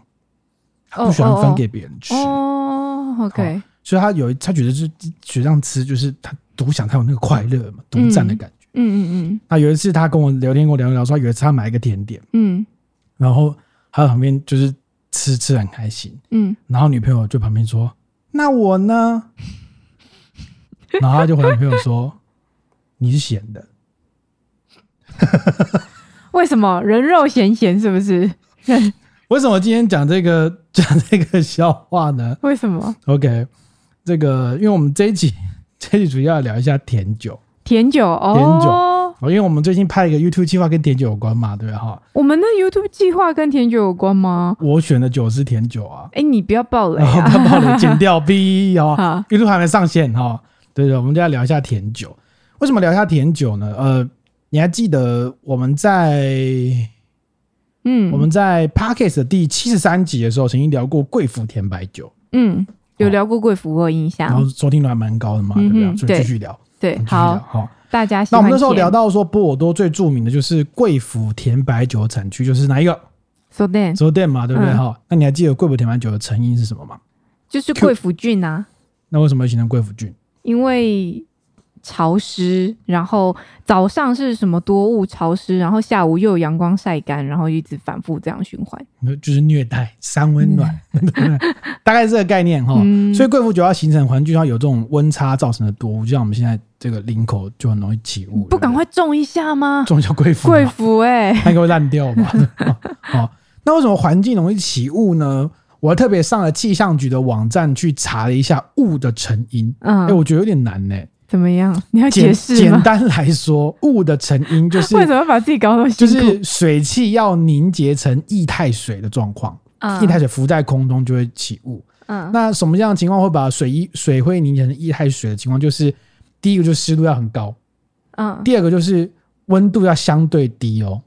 Speaker 1: 他
Speaker 2: 哦
Speaker 1: 不喜欢
Speaker 2: 哦
Speaker 1: 分
Speaker 2: 哦
Speaker 1: 给别人吃，
Speaker 2: 哦，OK，
Speaker 1: 所以他有一他觉得是觉得这样吃就是他独享，他有那个快乐嘛，独占的感觉。
Speaker 2: 嗯嗯
Speaker 1: 那有一次他跟我聊天，跟我聊一聊说，有一次他买一个甜点，
Speaker 2: 嗯
Speaker 1: 然后他在旁边就是吃吃得很开心，
Speaker 2: 嗯
Speaker 1: 然后女朋友就旁边说：“那我呢？” [LAUGHS] 然后他就回女朋友说：“你是咸的。
Speaker 2: 嗯，为什么人肉咸咸是不是？”
Speaker 1: 为什么今天讲这个讲这个笑话呢
Speaker 2: 为什么
Speaker 1: ？OK，这个因为我们这一集 [LAUGHS] 这一集主要聊一下甜酒
Speaker 2: 甜酒？哦，
Speaker 1: 哦因为我们最近拍一个 YouTube 计划跟甜酒有关嘛，对不对哈？
Speaker 2: 我们的 YouTube 计划跟甜酒有关吗？
Speaker 1: 我选的酒是甜酒啊，
Speaker 2: 哎，你不要爆雷
Speaker 1: 然后
Speaker 2: 啊！
Speaker 1: 他把我的剪掉 [LAUGHS] B 哦，
Speaker 2: 好，
Speaker 1: YouTube 还没上线哈、对对，我们就来聊一下甜酒。为什么聊一下甜酒呢？呃，你还记得我们在、
Speaker 2: 嗯，
Speaker 1: 我们在 Parkes 的第七十三集的时候，曾经聊过贵腐甜白酒，
Speaker 2: 嗯，有
Speaker 1: 哦
Speaker 2: 聊过贵妇，我有印
Speaker 1: 然
Speaker 2: 象
Speaker 1: 后。收听率还蛮高的嘛，
Speaker 2: 嗯哼
Speaker 1: 对不对？所以
Speaker 2: 对
Speaker 1: 继续聊，我
Speaker 2: 对
Speaker 1: 们，继续聊
Speaker 2: 好，
Speaker 1: 哈。
Speaker 2: 大家喜
Speaker 1: 那我
Speaker 2: 欢
Speaker 1: 们那时候
Speaker 2: 甜
Speaker 1: 聊到说，波尔多最著名的就是贵腐甜白酒产区，就是哪一个？
Speaker 2: So then，
Speaker 1: 酒店嘛，对不对？
Speaker 2: 嗯
Speaker 1: 哈、那你还记得贵腐甜白酒的成因是什么吗？
Speaker 2: 就是贵腐菌啊，
Speaker 1: 那为什么会形成贵腐菌？
Speaker 2: 因为潮湿，然后早上是什么多雾潮湿，然后下午又有阳光晒干，然后一直反复这样循环。
Speaker 1: 就是虐待三温暖， [LAUGHS] 对不对大概是这个概念哈。
Speaker 2: 嗯
Speaker 1: 所以贵妇酒要形成环境，要有这种温差造成的多雾，就像我们现在这个林口就很容易起雾，
Speaker 2: 不赶快种一下吗
Speaker 1: 这？种叫贵妇嘛，
Speaker 2: 贵腐哎、
Speaker 1: 那应该会烂掉
Speaker 2: [LAUGHS]
Speaker 1: 吧？好，那为什么环境容易起雾呢？我还特别上了气象局的网站去查了一下雾的成因，哎、
Speaker 2: 嗯，
Speaker 1: 我觉得有点难呢、
Speaker 2: 怎么样？你要解
Speaker 1: 简
Speaker 2: 释
Speaker 1: 简
Speaker 2: 吗？
Speaker 1: 单来说，雾的成因就是
Speaker 2: 为什么要把自己搞那么
Speaker 1: 就
Speaker 2: 辛苦？
Speaker 1: 是水汽要凝结成液态水的状况，
Speaker 2: 嗯
Speaker 1: 液态水浮在空中就会起雾。
Speaker 2: 嗯
Speaker 1: 那什么样的情况会把水一水会凝结成液态水的情况，就是第一个就是湿度要很高，
Speaker 2: 嗯
Speaker 1: 第二个就是温度要相对低哦，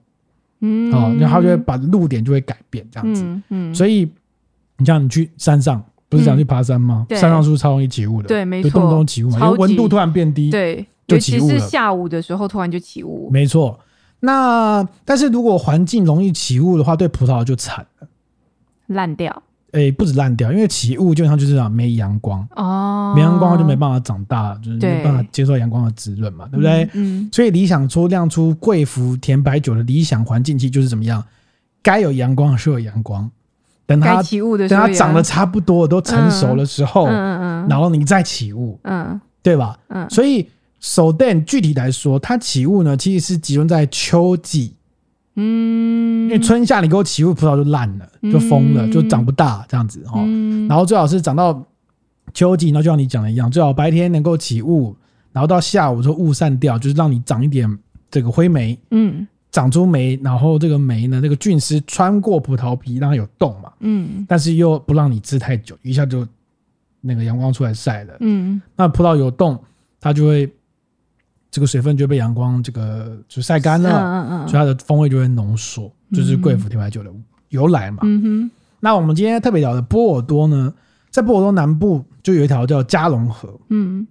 Speaker 2: 嗯
Speaker 1: 哦，然后它就会把露点就会改变这样子。
Speaker 2: 嗯嗯，
Speaker 1: 所以你像你去山上，不是想去爬山吗？
Speaker 2: 嗯对
Speaker 1: 山上是不是超容易起雾的？
Speaker 2: 对没
Speaker 1: 就
Speaker 2: 错
Speaker 1: 动不动起雾嘛，因
Speaker 2: 超
Speaker 1: 为温
Speaker 2: 级
Speaker 1: 度突然变低。，
Speaker 2: 对，
Speaker 1: 就
Speaker 2: 尤
Speaker 1: 起
Speaker 2: 其
Speaker 1: 雾
Speaker 2: 是
Speaker 1: 了
Speaker 2: 下午的时候突然就起雾。
Speaker 1: 没错。那但是如果环境容易起雾的话，对葡萄就惨了。
Speaker 2: 烂掉
Speaker 1: 诶，不止烂掉，因为起雾基本上就是这样，没阳光，
Speaker 2: 哦，
Speaker 1: 没阳光就没办法长大，就是没
Speaker 2: 对
Speaker 1: 办法接受阳光的滋润嘛，对不对？
Speaker 2: 嗯，
Speaker 1: 所以理想出酿出贵腐甜白酒的理想环境，其实就是怎么样，该有阳光的时候有阳光，等
Speaker 2: 该
Speaker 1: 它
Speaker 2: 起雾
Speaker 1: 等
Speaker 2: 的时候
Speaker 1: 它
Speaker 2: 也要，
Speaker 1: 长得差不多都成熟的时候，
Speaker 2: 嗯嗯
Speaker 1: 然后你再起雾，
Speaker 2: 嗯
Speaker 1: 对吧？
Speaker 2: 嗯
Speaker 1: 所以手电具体来说，它起雾呢，其实是集中在秋季，
Speaker 2: 嗯，
Speaker 1: 因为春夏你给我起雾，葡萄就烂了，就疯了，
Speaker 2: 嗯
Speaker 1: 就长不大这样子哦。
Speaker 2: 嗯
Speaker 1: 然后最好是长到秋季，那就像你讲的一样，最好白天能够起雾，然后到下午说雾散掉，就是让你长一点这个灰霉，
Speaker 2: 嗯
Speaker 1: 长出霉，然后这个霉呢，这个菌丝穿过葡萄皮，让它有洞嘛，
Speaker 2: 嗯
Speaker 1: 但是又不让你吃太久，一下就那个阳光出来晒了，
Speaker 2: 嗯
Speaker 1: 那葡萄有洞，它就会这个水分就被阳光这个就晒干了，
Speaker 2: 嗯嗯
Speaker 1: 所以
Speaker 2: 嗯，
Speaker 1: 它的风味就会浓缩，就是贵腐甜白酒的由来嘛。
Speaker 2: 嗯哼，
Speaker 1: 那我们今天特别聊的波尔多呢，在波尔多南部就有一条叫加龙河，
Speaker 2: 嗯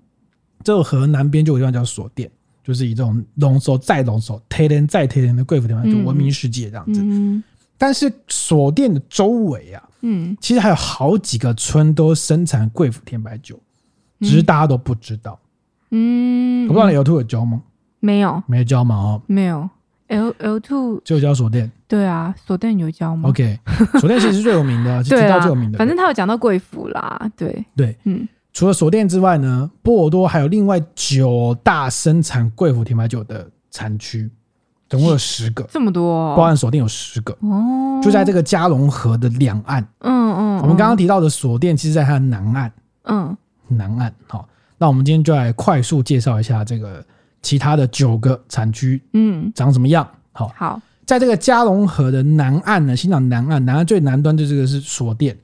Speaker 1: 这个河南边就有个地方叫锁店，就是以这种浓缩再浓缩、推连再推连的贵腐甜白酒
Speaker 2: 嗯
Speaker 1: 闻名世界这样子。
Speaker 2: 嗯
Speaker 1: 但是锁店的周围啊，
Speaker 2: 嗯，
Speaker 1: 其实还有好几个村都生产贵腐甜白酒，
Speaker 2: 嗯
Speaker 1: 只是大家都不知道。
Speaker 2: 嗯，
Speaker 1: 我不知道你 L two 有教吗？
Speaker 2: 没有
Speaker 1: 没教嘛哦，
Speaker 2: 没有 L L two
Speaker 1: 就教锁店。
Speaker 2: 对啊，锁店有教吗？ [LAUGHS]
Speaker 1: OK，锁店其实是最有名的，是
Speaker 2: 对
Speaker 1: 提到
Speaker 2: 啊
Speaker 1: 最有名，的。
Speaker 2: 反正他有讲到贵妇啦，对，
Speaker 1: 对，
Speaker 2: 嗯
Speaker 1: 除了锁店之外呢，波尔多还有另外九大生产贵腐甜白酒的产区，总共有十个，
Speaker 2: 这么多哦
Speaker 1: 包含锁店有十个，
Speaker 2: 哦，
Speaker 1: 就在这个加龙河的两岸。
Speaker 2: 嗯嗯，
Speaker 1: 我们刚刚
Speaker 2: 嗯
Speaker 1: 提到的锁店，其实在它的南岸，
Speaker 2: 嗯
Speaker 1: 南岸。好，那我们今天就来快速介绍一下这个其他的九个产区
Speaker 2: 嗯
Speaker 1: 长什么样。好，
Speaker 2: 好，
Speaker 1: 在这个加龙河的南岸呢，新港南岸，南岸最南端就是这个是索甸，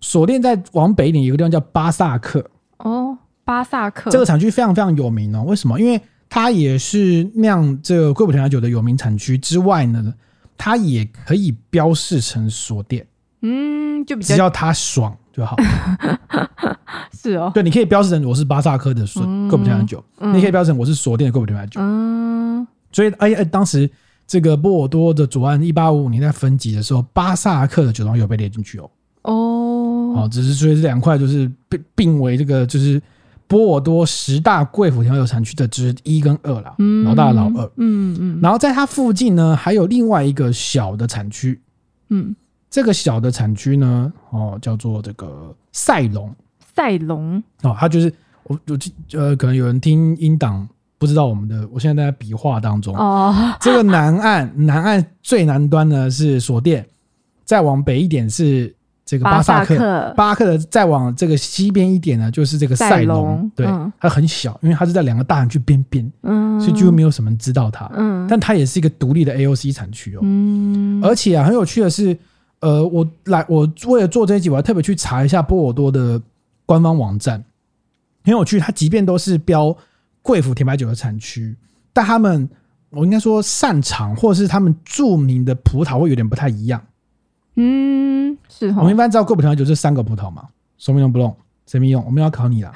Speaker 1: 索甸再往北一点有个地方叫巴萨克，
Speaker 2: 哦，巴萨克
Speaker 1: 这个产区非常非常有名哦。为什么？因为它也是酿这个贵普甜白酒的有名产区之外呢，它也可以标示成索甸，
Speaker 2: 嗯就比
Speaker 1: 只
Speaker 2: 较嗯
Speaker 1: 要它爽就好。
Speaker 2: 是哦，
Speaker 1: 对，你可以标示成我是巴萨克的索
Speaker 2: 嗯
Speaker 1: 贵普甜白酒，
Speaker 2: 嗯
Speaker 1: 你也可以标示成我是索甸的贵普甜白酒。
Speaker 2: 嗯
Speaker 1: 所以，哎哎，当时这个波尔多的左岸一八五五年在分级的时候，巴萨克的酒庄有被列进去哦。
Speaker 2: 哦
Speaker 1: 哦，只是所以这两块就是并并为这个就是波尔多十大贵腐调酒产区的之一跟二啦，
Speaker 2: 嗯
Speaker 1: 老大老二。
Speaker 2: 嗯嗯
Speaker 1: 然后在它附近呢，还有另外一个小的产区，
Speaker 2: 嗯，
Speaker 1: 这个小的产区呢，哦，叫做这个赛龙
Speaker 2: 赛龙
Speaker 1: 哦，它就是我我记呃，可能有人听音档不知道我们的，我现在在比划当中。
Speaker 2: 哦，
Speaker 1: 这个南岸南岸最南端呢是索甸，再往北一点是这个巴萨
Speaker 2: 萨
Speaker 1: 克，
Speaker 2: 克
Speaker 1: 巴克的再往这个西边一点呢，就是这个赛
Speaker 2: 赛
Speaker 1: 龙
Speaker 2: 龙，
Speaker 1: 对
Speaker 2: 嗯，
Speaker 1: 它很小，因为它是在两个大产区边边，
Speaker 2: 嗯，
Speaker 1: 所以几乎没有什么人知道它。
Speaker 2: 嗯，
Speaker 1: 但它也是一个独立的 AOC 产区哦。
Speaker 2: 嗯
Speaker 1: 而且啊，很有趣的是，呃，我来我为了做这一集，我还特别去查一下波尔多的官方网站，很有趣。它即便都是标贵腐甜白酒的产区，但他们我应该说擅长或者是他们著名的葡萄会有点不太一样。
Speaker 2: 嗯是
Speaker 1: 我们一
Speaker 2: 哦，
Speaker 1: 般知道贵葡萄酒是三个葡萄嘛，什么用不用？谁没用？我们要考
Speaker 2: [LAUGHS]
Speaker 1: 你啦，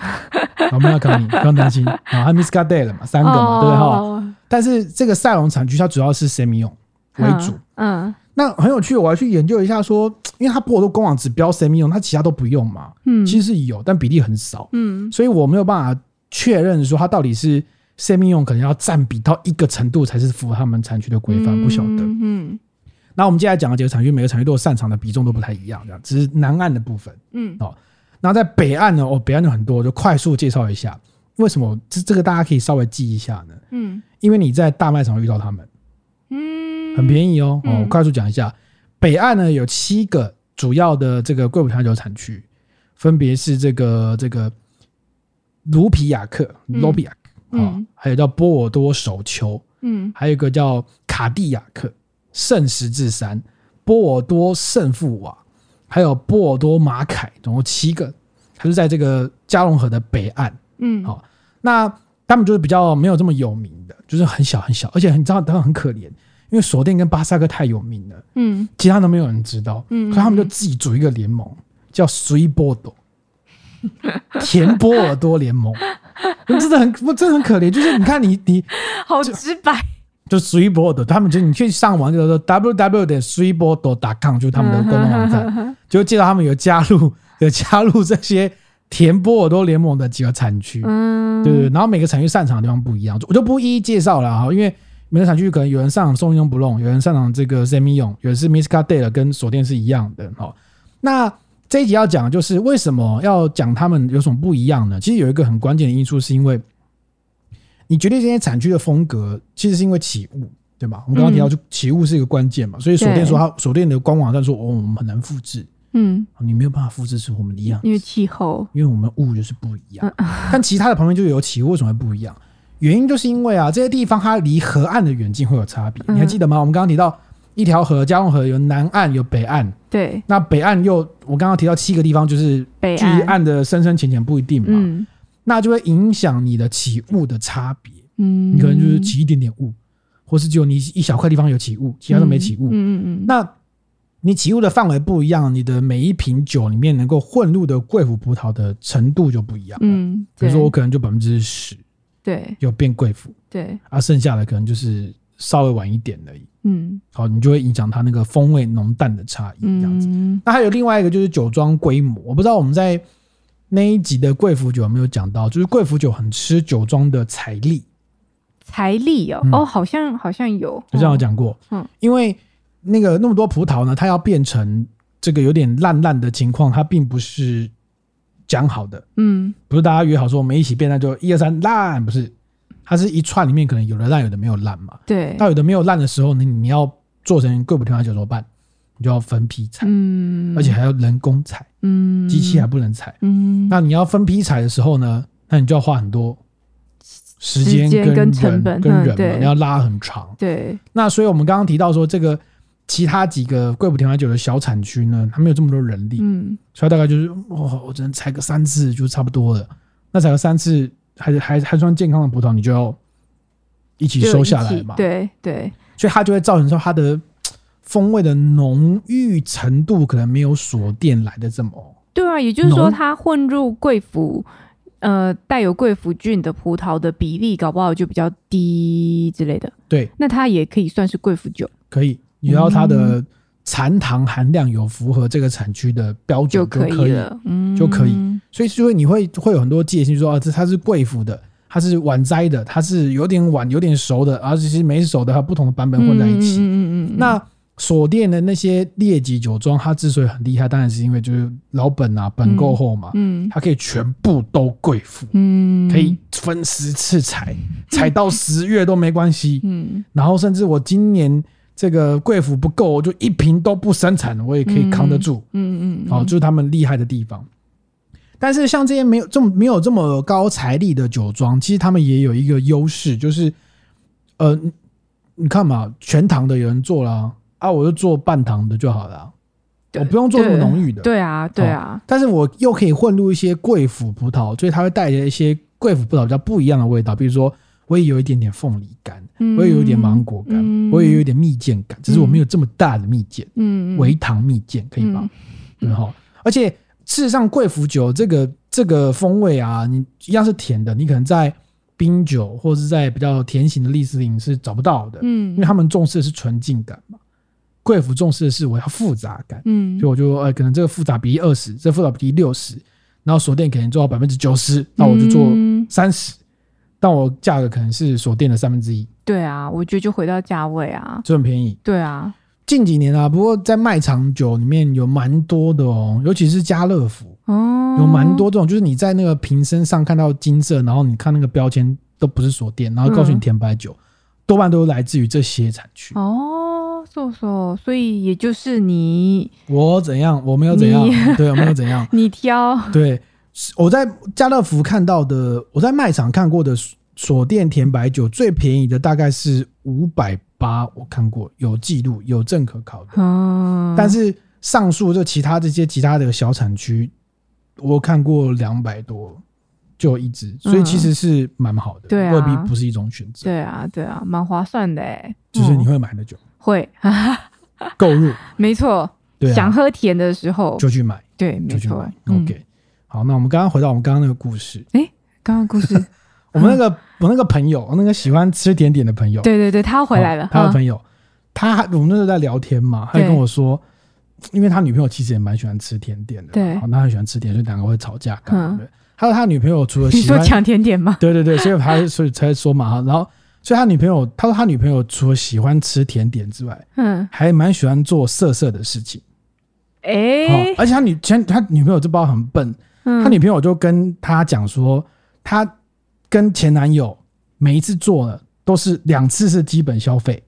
Speaker 1: 好我们要考你，不用担心啊。还 Miscadel 嘛，三个嘛，对不对哈？
Speaker 2: 哦
Speaker 1: 但是这个赛龙产区它主要是 semi 用为主。，
Speaker 2: 嗯
Speaker 1: 那很有趣，我还去研究一下说，因为它波尔多官网只标 semi 用，它其他都不用嘛。
Speaker 2: 嗯
Speaker 1: 其实是有，但比例很少，
Speaker 2: 嗯
Speaker 1: 所以我没有办法确认说它到底是 semi 用，可能要占比到一个程度才是符合他们产区的规范，不晓得。
Speaker 2: 嗯
Speaker 1: 那我们接下来讲的几个产区，每个产区都有擅长的比重都不太一样，这样只是南岸的部分。
Speaker 2: 嗯
Speaker 1: 那在北岸呢，哦，北岸有很多，我就快速介绍一下。为什么这这个大家可以稍微记一下呢？
Speaker 2: 嗯
Speaker 1: 因为你在大卖场遇到他们，
Speaker 2: 嗯，
Speaker 1: 很便宜哦。哦，
Speaker 2: 嗯
Speaker 1: 我快速讲一下，北岸呢有七个主要的这个贵腐调酒产区，分别是这个这个卢皮亚克、
Speaker 2: 嗯
Speaker 1: 罗比亚克，哦
Speaker 2: 嗯
Speaker 1: 还有叫波尔多首丘，
Speaker 2: 嗯
Speaker 1: 还有一个叫卡地亚克、圣十字山、波尔多圣富瓦，还有波尔多马凯，总共七个，它是在这个加龙河的北岸。
Speaker 2: 嗯
Speaker 1: 好那他们就是比较没有这么有名的，就是很小很小，而且你知道他们很可怜，因为索甸跟巴萨克太有名了，
Speaker 2: 嗯
Speaker 1: 其他都没有人知道，
Speaker 2: 嗯
Speaker 1: 所以他们就自己组一个联盟，叫水波多。甜波尔多联盟，真的很，真的很可怜。就是你看你，你
Speaker 2: 好直白，
Speaker 1: 就 s w e e b o a r d 他们就你去上网就说 www 点 s w e e b o a r d com，就是他们的官方网站，
Speaker 2: 站，
Speaker 1: 就介绍他们有加入有加入这些田波尔多联盟的几个产区，
Speaker 2: 嗯，
Speaker 1: 对对对，然后每个产区擅长的地方不一样，我就不一一介绍了哈，因为每个产区可能有人擅长松用不弄，有人擅长这个 semi 用，有人是 miscadale 跟锁店是一样的哈。那这一集要讲的就是为什么要讲他们有什么不一样呢？其实有一个很关键的因素，是因为你决定这些产区的风格，其实是因为起雾，对吧？我们刚刚提到，就起雾是一个关键嘛，所以锁店说它锁店的官网上说，哦，我们很难复制，哦
Speaker 2: 嗯，
Speaker 1: 你没有办法复制出我们的样子
Speaker 2: 因为气候，
Speaker 1: 因为我们雾就是不一样。
Speaker 2: 嗯 [LAUGHS]
Speaker 1: 但其他的旁边就有起雾，为什么会不一样？原因就是因为啊，这些地方它离河岸的远近会有差别。
Speaker 2: 嗯
Speaker 1: 你还记得吗？我们刚刚提到一条河，加龙河有南岸有北岸，
Speaker 2: 对，
Speaker 1: 那北岸又我刚刚提到七个地方，就是
Speaker 2: 北
Speaker 1: 距离
Speaker 2: 岸
Speaker 1: 岸的深深浅浅不一定嘛，
Speaker 2: 嗯
Speaker 1: 那就会影响你的起雾的差别。
Speaker 2: 嗯，
Speaker 1: 你可能就是起一点点雾，或是只有你一小块地方有起雾，其他都没起雾。
Speaker 2: 嗯嗯嗯，
Speaker 1: 那你起雾的范围不一样，你的每一瓶酒里面能够混入的贵腐葡萄的程度就不一样。，
Speaker 2: 嗯，
Speaker 1: 比如说我
Speaker 2: 对
Speaker 1: 可能就百分之十
Speaker 2: 对
Speaker 1: 有变贵腐，
Speaker 2: 对，
Speaker 1: 啊，剩下的可能就是稍微晚一点而已。
Speaker 2: 嗯
Speaker 1: 好，你就会影响它那个风味浓淡的差异，这样子。
Speaker 2: 嗯
Speaker 1: 那还有另外一个就是酒庄规模，我不知道我们在那一集的贵腐酒有没有讲到，就是贵腐酒很吃酒庄的财力，
Speaker 2: 财力哦
Speaker 1: 嗯，
Speaker 2: 哦，好像好像有，
Speaker 1: 就这样有
Speaker 2: 哦，
Speaker 1: 讲过。
Speaker 2: 嗯，
Speaker 1: 因为那个那么多葡萄呢，它要变成这个有点烂烂的情况，它并不是讲好的，
Speaker 2: 嗯
Speaker 1: 不是大家约好说我们一起变，那就一二三烂，不是，它是一串里面可能有的烂，有的没有烂嘛。
Speaker 2: 对，
Speaker 1: 那有的没有烂的时候呢，你你要做成贵不天花酒怎么办？你就要分批采，
Speaker 2: 嗯，
Speaker 1: 而且还要人工采，
Speaker 2: 嗯，
Speaker 1: 机器还不能采。
Speaker 2: 嗯，
Speaker 1: 那你要分批采的时候呢，那你就要花很多时间
Speaker 2: 时间
Speaker 1: 跟
Speaker 2: 跟成
Speaker 1: 人
Speaker 2: 本
Speaker 1: 跟
Speaker 2: 嗯
Speaker 1: 人嘛，
Speaker 2: 对
Speaker 1: 你要拉很长。
Speaker 2: 对，
Speaker 1: 那所以我们刚刚提到说，这个其他几个贵普甜白酒的小产区呢，它没有这么多人力，
Speaker 2: 嗯
Speaker 1: 所以大概就是哦，我只能采个三次就差不多了。那采个三次还还还算健康的葡萄，你就要一起
Speaker 2: 就
Speaker 1: 收
Speaker 2: 一
Speaker 1: 下来
Speaker 2: 起
Speaker 1: 嘛。，
Speaker 2: 对对，
Speaker 1: 所以它就会造成说它的嘖风味的浓郁程度可能没有锁店来的这么哦
Speaker 2: 对啊，也就是说，
Speaker 1: 浓
Speaker 2: 它混入贵腐，呃，带有贵腐菌的葡萄的比例，搞不好就比较低之类的。
Speaker 1: 对，
Speaker 2: 那它也可以算是贵腐酒
Speaker 1: 可以，你要它的
Speaker 2: 嗯
Speaker 1: 残糖含量有符合这个产区的标
Speaker 2: 就
Speaker 1: 准就
Speaker 2: 可以了，嗯，
Speaker 1: 就可以所以就会你会会有很多界限，说啊，这它是贵腐的，它是晚摘的，它是有点晚有点熟的，而且是没熟的，它不同的版本混在一起。
Speaker 2: 嗯嗯嗯嗯嗯，
Speaker 1: 那锁店的那些劣级酒庄，它之所以很厉害，当然是因为就是老本啊，本够厚嘛，
Speaker 2: 嗯
Speaker 1: 它可以全部都贵腐，
Speaker 2: 嗯
Speaker 1: 可以分十次采，采到十月都没关系。
Speaker 2: 嗯
Speaker 1: 然后甚至我今年这个贵腐不够，我就一瓶都不生产，我也可以扛得住。
Speaker 2: 嗯嗯
Speaker 1: 哦，就是他们厉害的地方。但是像这些没有这么没有这么高财力的酒庄，其实他们也有一个优势，就是呃，你你看嘛，全糖的有人做了啊，啊我就做半糖的就好了啊、
Speaker 2: 对
Speaker 1: 我不用做这么浓郁的。
Speaker 2: 对啊对啊，
Speaker 1: 但是我又可以混入一些贵腐葡萄，所以它会带着一些贵腐葡萄比较不一样的味道，比如说我也有一点点凤梨干，
Speaker 2: 嗯
Speaker 1: 我也有一点芒果干，
Speaker 2: 嗯
Speaker 1: 我也有一点蜜饯感，只是我没有这么大的蜜饯，
Speaker 2: 嗯嗯嗯
Speaker 1: 微糖蜜饯可以吧？对哈。而且事实上，贵腐酒这个这个风味啊，你一样是甜的，你可能在冰酒或是在比较甜型的利斯林是找不到的，因
Speaker 2: 嗯
Speaker 1: 为他们重视的是纯净感嘛。贵腐重视的是我要复杂感，
Speaker 2: 嗯
Speaker 1: 所以我就呃，可能这个复杂比例二十，这复杂比例六十，然后锁店可能做到百分之九十，那我就做
Speaker 2: 嗯
Speaker 1: 三十、但我价格可能是锁店的三分之一，
Speaker 2: 对啊，我觉得就回到价位啊，
Speaker 1: 就很便宜。
Speaker 2: 对啊，
Speaker 1: 近几年啊，不过在卖场酒里面有蛮多的哦，尤其是家乐福
Speaker 2: 哦，
Speaker 1: 有蛮多这种，就是你在那个瓶身上看到金色，然后你看那个标签都不是锁店，然后告诉你
Speaker 2: 嗯
Speaker 1: 甜白酒，多半都来自于这些产区。
Speaker 2: 哦，瘦瘦，所以也就是你
Speaker 1: 我怎样，我没有怎样，对，我没有怎样。
Speaker 2: 你挑，
Speaker 1: [LAUGHS] 对，是我在家乐福看到的，我在卖场看过的锁锁店甜白酒最便宜的大概是五百八，我看过有记录有证可考的。
Speaker 2: 嗯，
Speaker 1: 但是上述就其他这些其他的小产区，我看过两百多就有一支，所以其实是蛮好的，
Speaker 2: 嗯对啊
Speaker 1: 未必不是一种选择，
Speaker 2: 对啊，对啊，蛮划算的哎，
Speaker 1: 就是你
Speaker 2: 嗯
Speaker 1: 会买的酒
Speaker 2: 会，
Speaker 1: [LAUGHS] 购入，
Speaker 2: 没错，
Speaker 1: 对
Speaker 2: 想
Speaker 1: 啊，
Speaker 2: 喝甜的时候，
Speaker 1: 就去买，
Speaker 2: 对，没
Speaker 1: 就去
Speaker 2: 错
Speaker 1: 买。
Speaker 2: 嗯，
Speaker 1: ，OK。好，那我们刚刚回到我们刚刚那个故事，
Speaker 2: 刚刚
Speaker 1: [LAUGHS]
Speaker 2: 故事，
Speaker 1: 我们那个我那个朋友，我那个喜欢吃甜点的朋友，
Speaker 2: 对对对，他要回来了
Speaker 1: 哦，他的
Speaker 2: 嗯
Speaker 1: 朋友，他还我们那时候在聊天嘛，他就
Speaker 2: 对
Speaker 1: 跟我说，因为他女朋友其实也蛮喜欢吃甜点的嘛，
Speaker 2: 对
Speaker 1: 好那他喜欢吃甜，所以两个会吵架干嘛
Speaker 2: 嗯
Speaker 1: 的。他说他女朋友除了
Speaker 2: [LAUGHS] 你
Speaker 1: 喜
Speaker 2: 说
Speaker 1: 欢，
Speaker 2: 抢甜点吗？
Speaker 1: 对对对，所以他所以才说嘛哈，然后所以他女朋友，他说他女朋友除了喜欢吃甜点之外，
Speaker 2: 嗯，
Speaker 1: 还蛮喜欢做色色的事情，
Speaker 2: 哎
Speaker 1: 哦，，而且他女前他女朋友这包很笨，他
Speaker 2: 他
Speaker 1: 女朋友就跟他讲说，他跟前男友每一次做呢，都是两次是基本消费，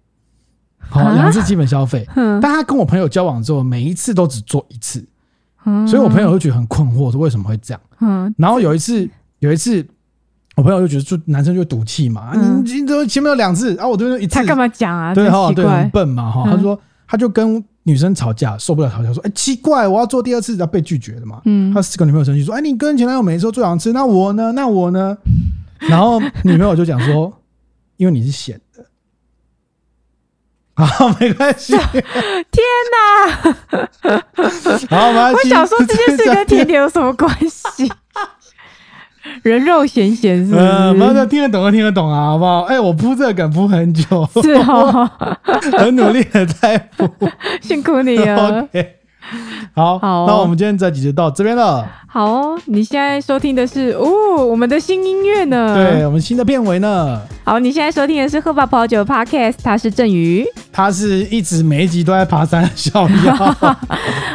Speaker 1: 好、
Speaker 2: 啊
Speaker 1: 两次基本消费。
Speaker 2: 嗯
Speaker 1: 但他跟我朋友交往之后，每一次都只做一次，所以我朋友就觉得很困惑，说为什么会这样。
Speaker 2: 嗯
Speaker 1: 然后有一次，有一次，我朋友就觉得就男生就赌气嘛，啊
Speaker 2: 嗯
Speaker 1: 你你怎么前面有两次啊，我这边有一次，
Speaker 2: 他干嘛讲啊？
Speaker 1: 对
Speaker 2: 真
Speaker 1: 哈，
Speaker 2: 奇
Speaker 1: 对，哦很
Speaker 2: 怪，
Speaker 1: 笨嘛哈。他
Speaker 2: 嗯
Speaker 1: 说他就跟女生吵架，受不了吵架，说哎奇怪，我要做第二次，然后被拒绝了嘛。
Speaker 2: 嗯
Speaker 1: 他是跟女朋友生气说：“哎，你跟前男友每次都做两次，那我呢？那我呢？”然后女朋友就讲说：“因为你是闲的。好，没关系。
Speaker 2: 天哪！
Speaker 1: 好，我们要
Speaker 2: [LAUGHS] 我
Speaker 1: 继续 [LAUGHS]
Speaker 2: 想说这件事跟甜点有什么关系？人肉咸咸是不
Speaker 1: 呃，没有
Speaker 2: 是？
Speaker 1: 的，听得懂就听得懂啊，好不好？哎、我铺这个梗铺很
Speaker 2: [LAUGHS]
Speaker 1: 久，
Speaker 2: 是哦，
Speaker 1: 很努力的在铺。
Speaker 2: 辛苦 [LAUGHS] 你
Speaker 1: [LAUGHS]
Speaker 2: 了。
Speaker 1: OK，好，
Speaker 2: 好哦
Speaker 1: 那我们今天这集就到这边了。
Speaker 2: 好哦，你现在收听的是哦，我们的新音乐呢？
Speaker 1: 对，我们新的片尾呢，
Speaker 2: 好，你现在收听的是喝吧跑酒 Podcast，他是郑宇。
Speaker 1: 他是一直每一集都在爬山的小
Speaker 2: [LAUGHS]
Speaker 1: 妖。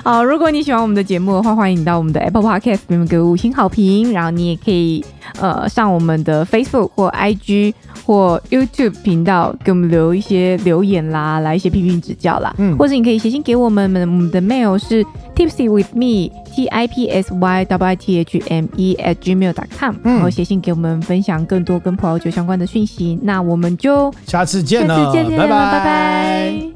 Speaker 2: 好，如果你喜欢我们的节目的话，欢迎你到我们的 Apple Podcast 里面给我五星好评，然后你也可以呃上我们的 Facebook 或 IG 或 YouTube 频道给我们留一些留言啦，来一些批评指教啦，
Speaker 1: 嗯
Speaker 2: 或者你可以写信给我们，我们的 mail 是 tipsy with me t i p s y w i t h m e at gmail dot com，、
Speaker 1: 嗯
Speaker 2: 然后写信给我们分享更多跟葡萄酒相关的讯息，那我们就
Speaker 1: 下次
Speaker 2: 下
Speaker 1: 见了，
Speaker 2: 次见见了，拜拜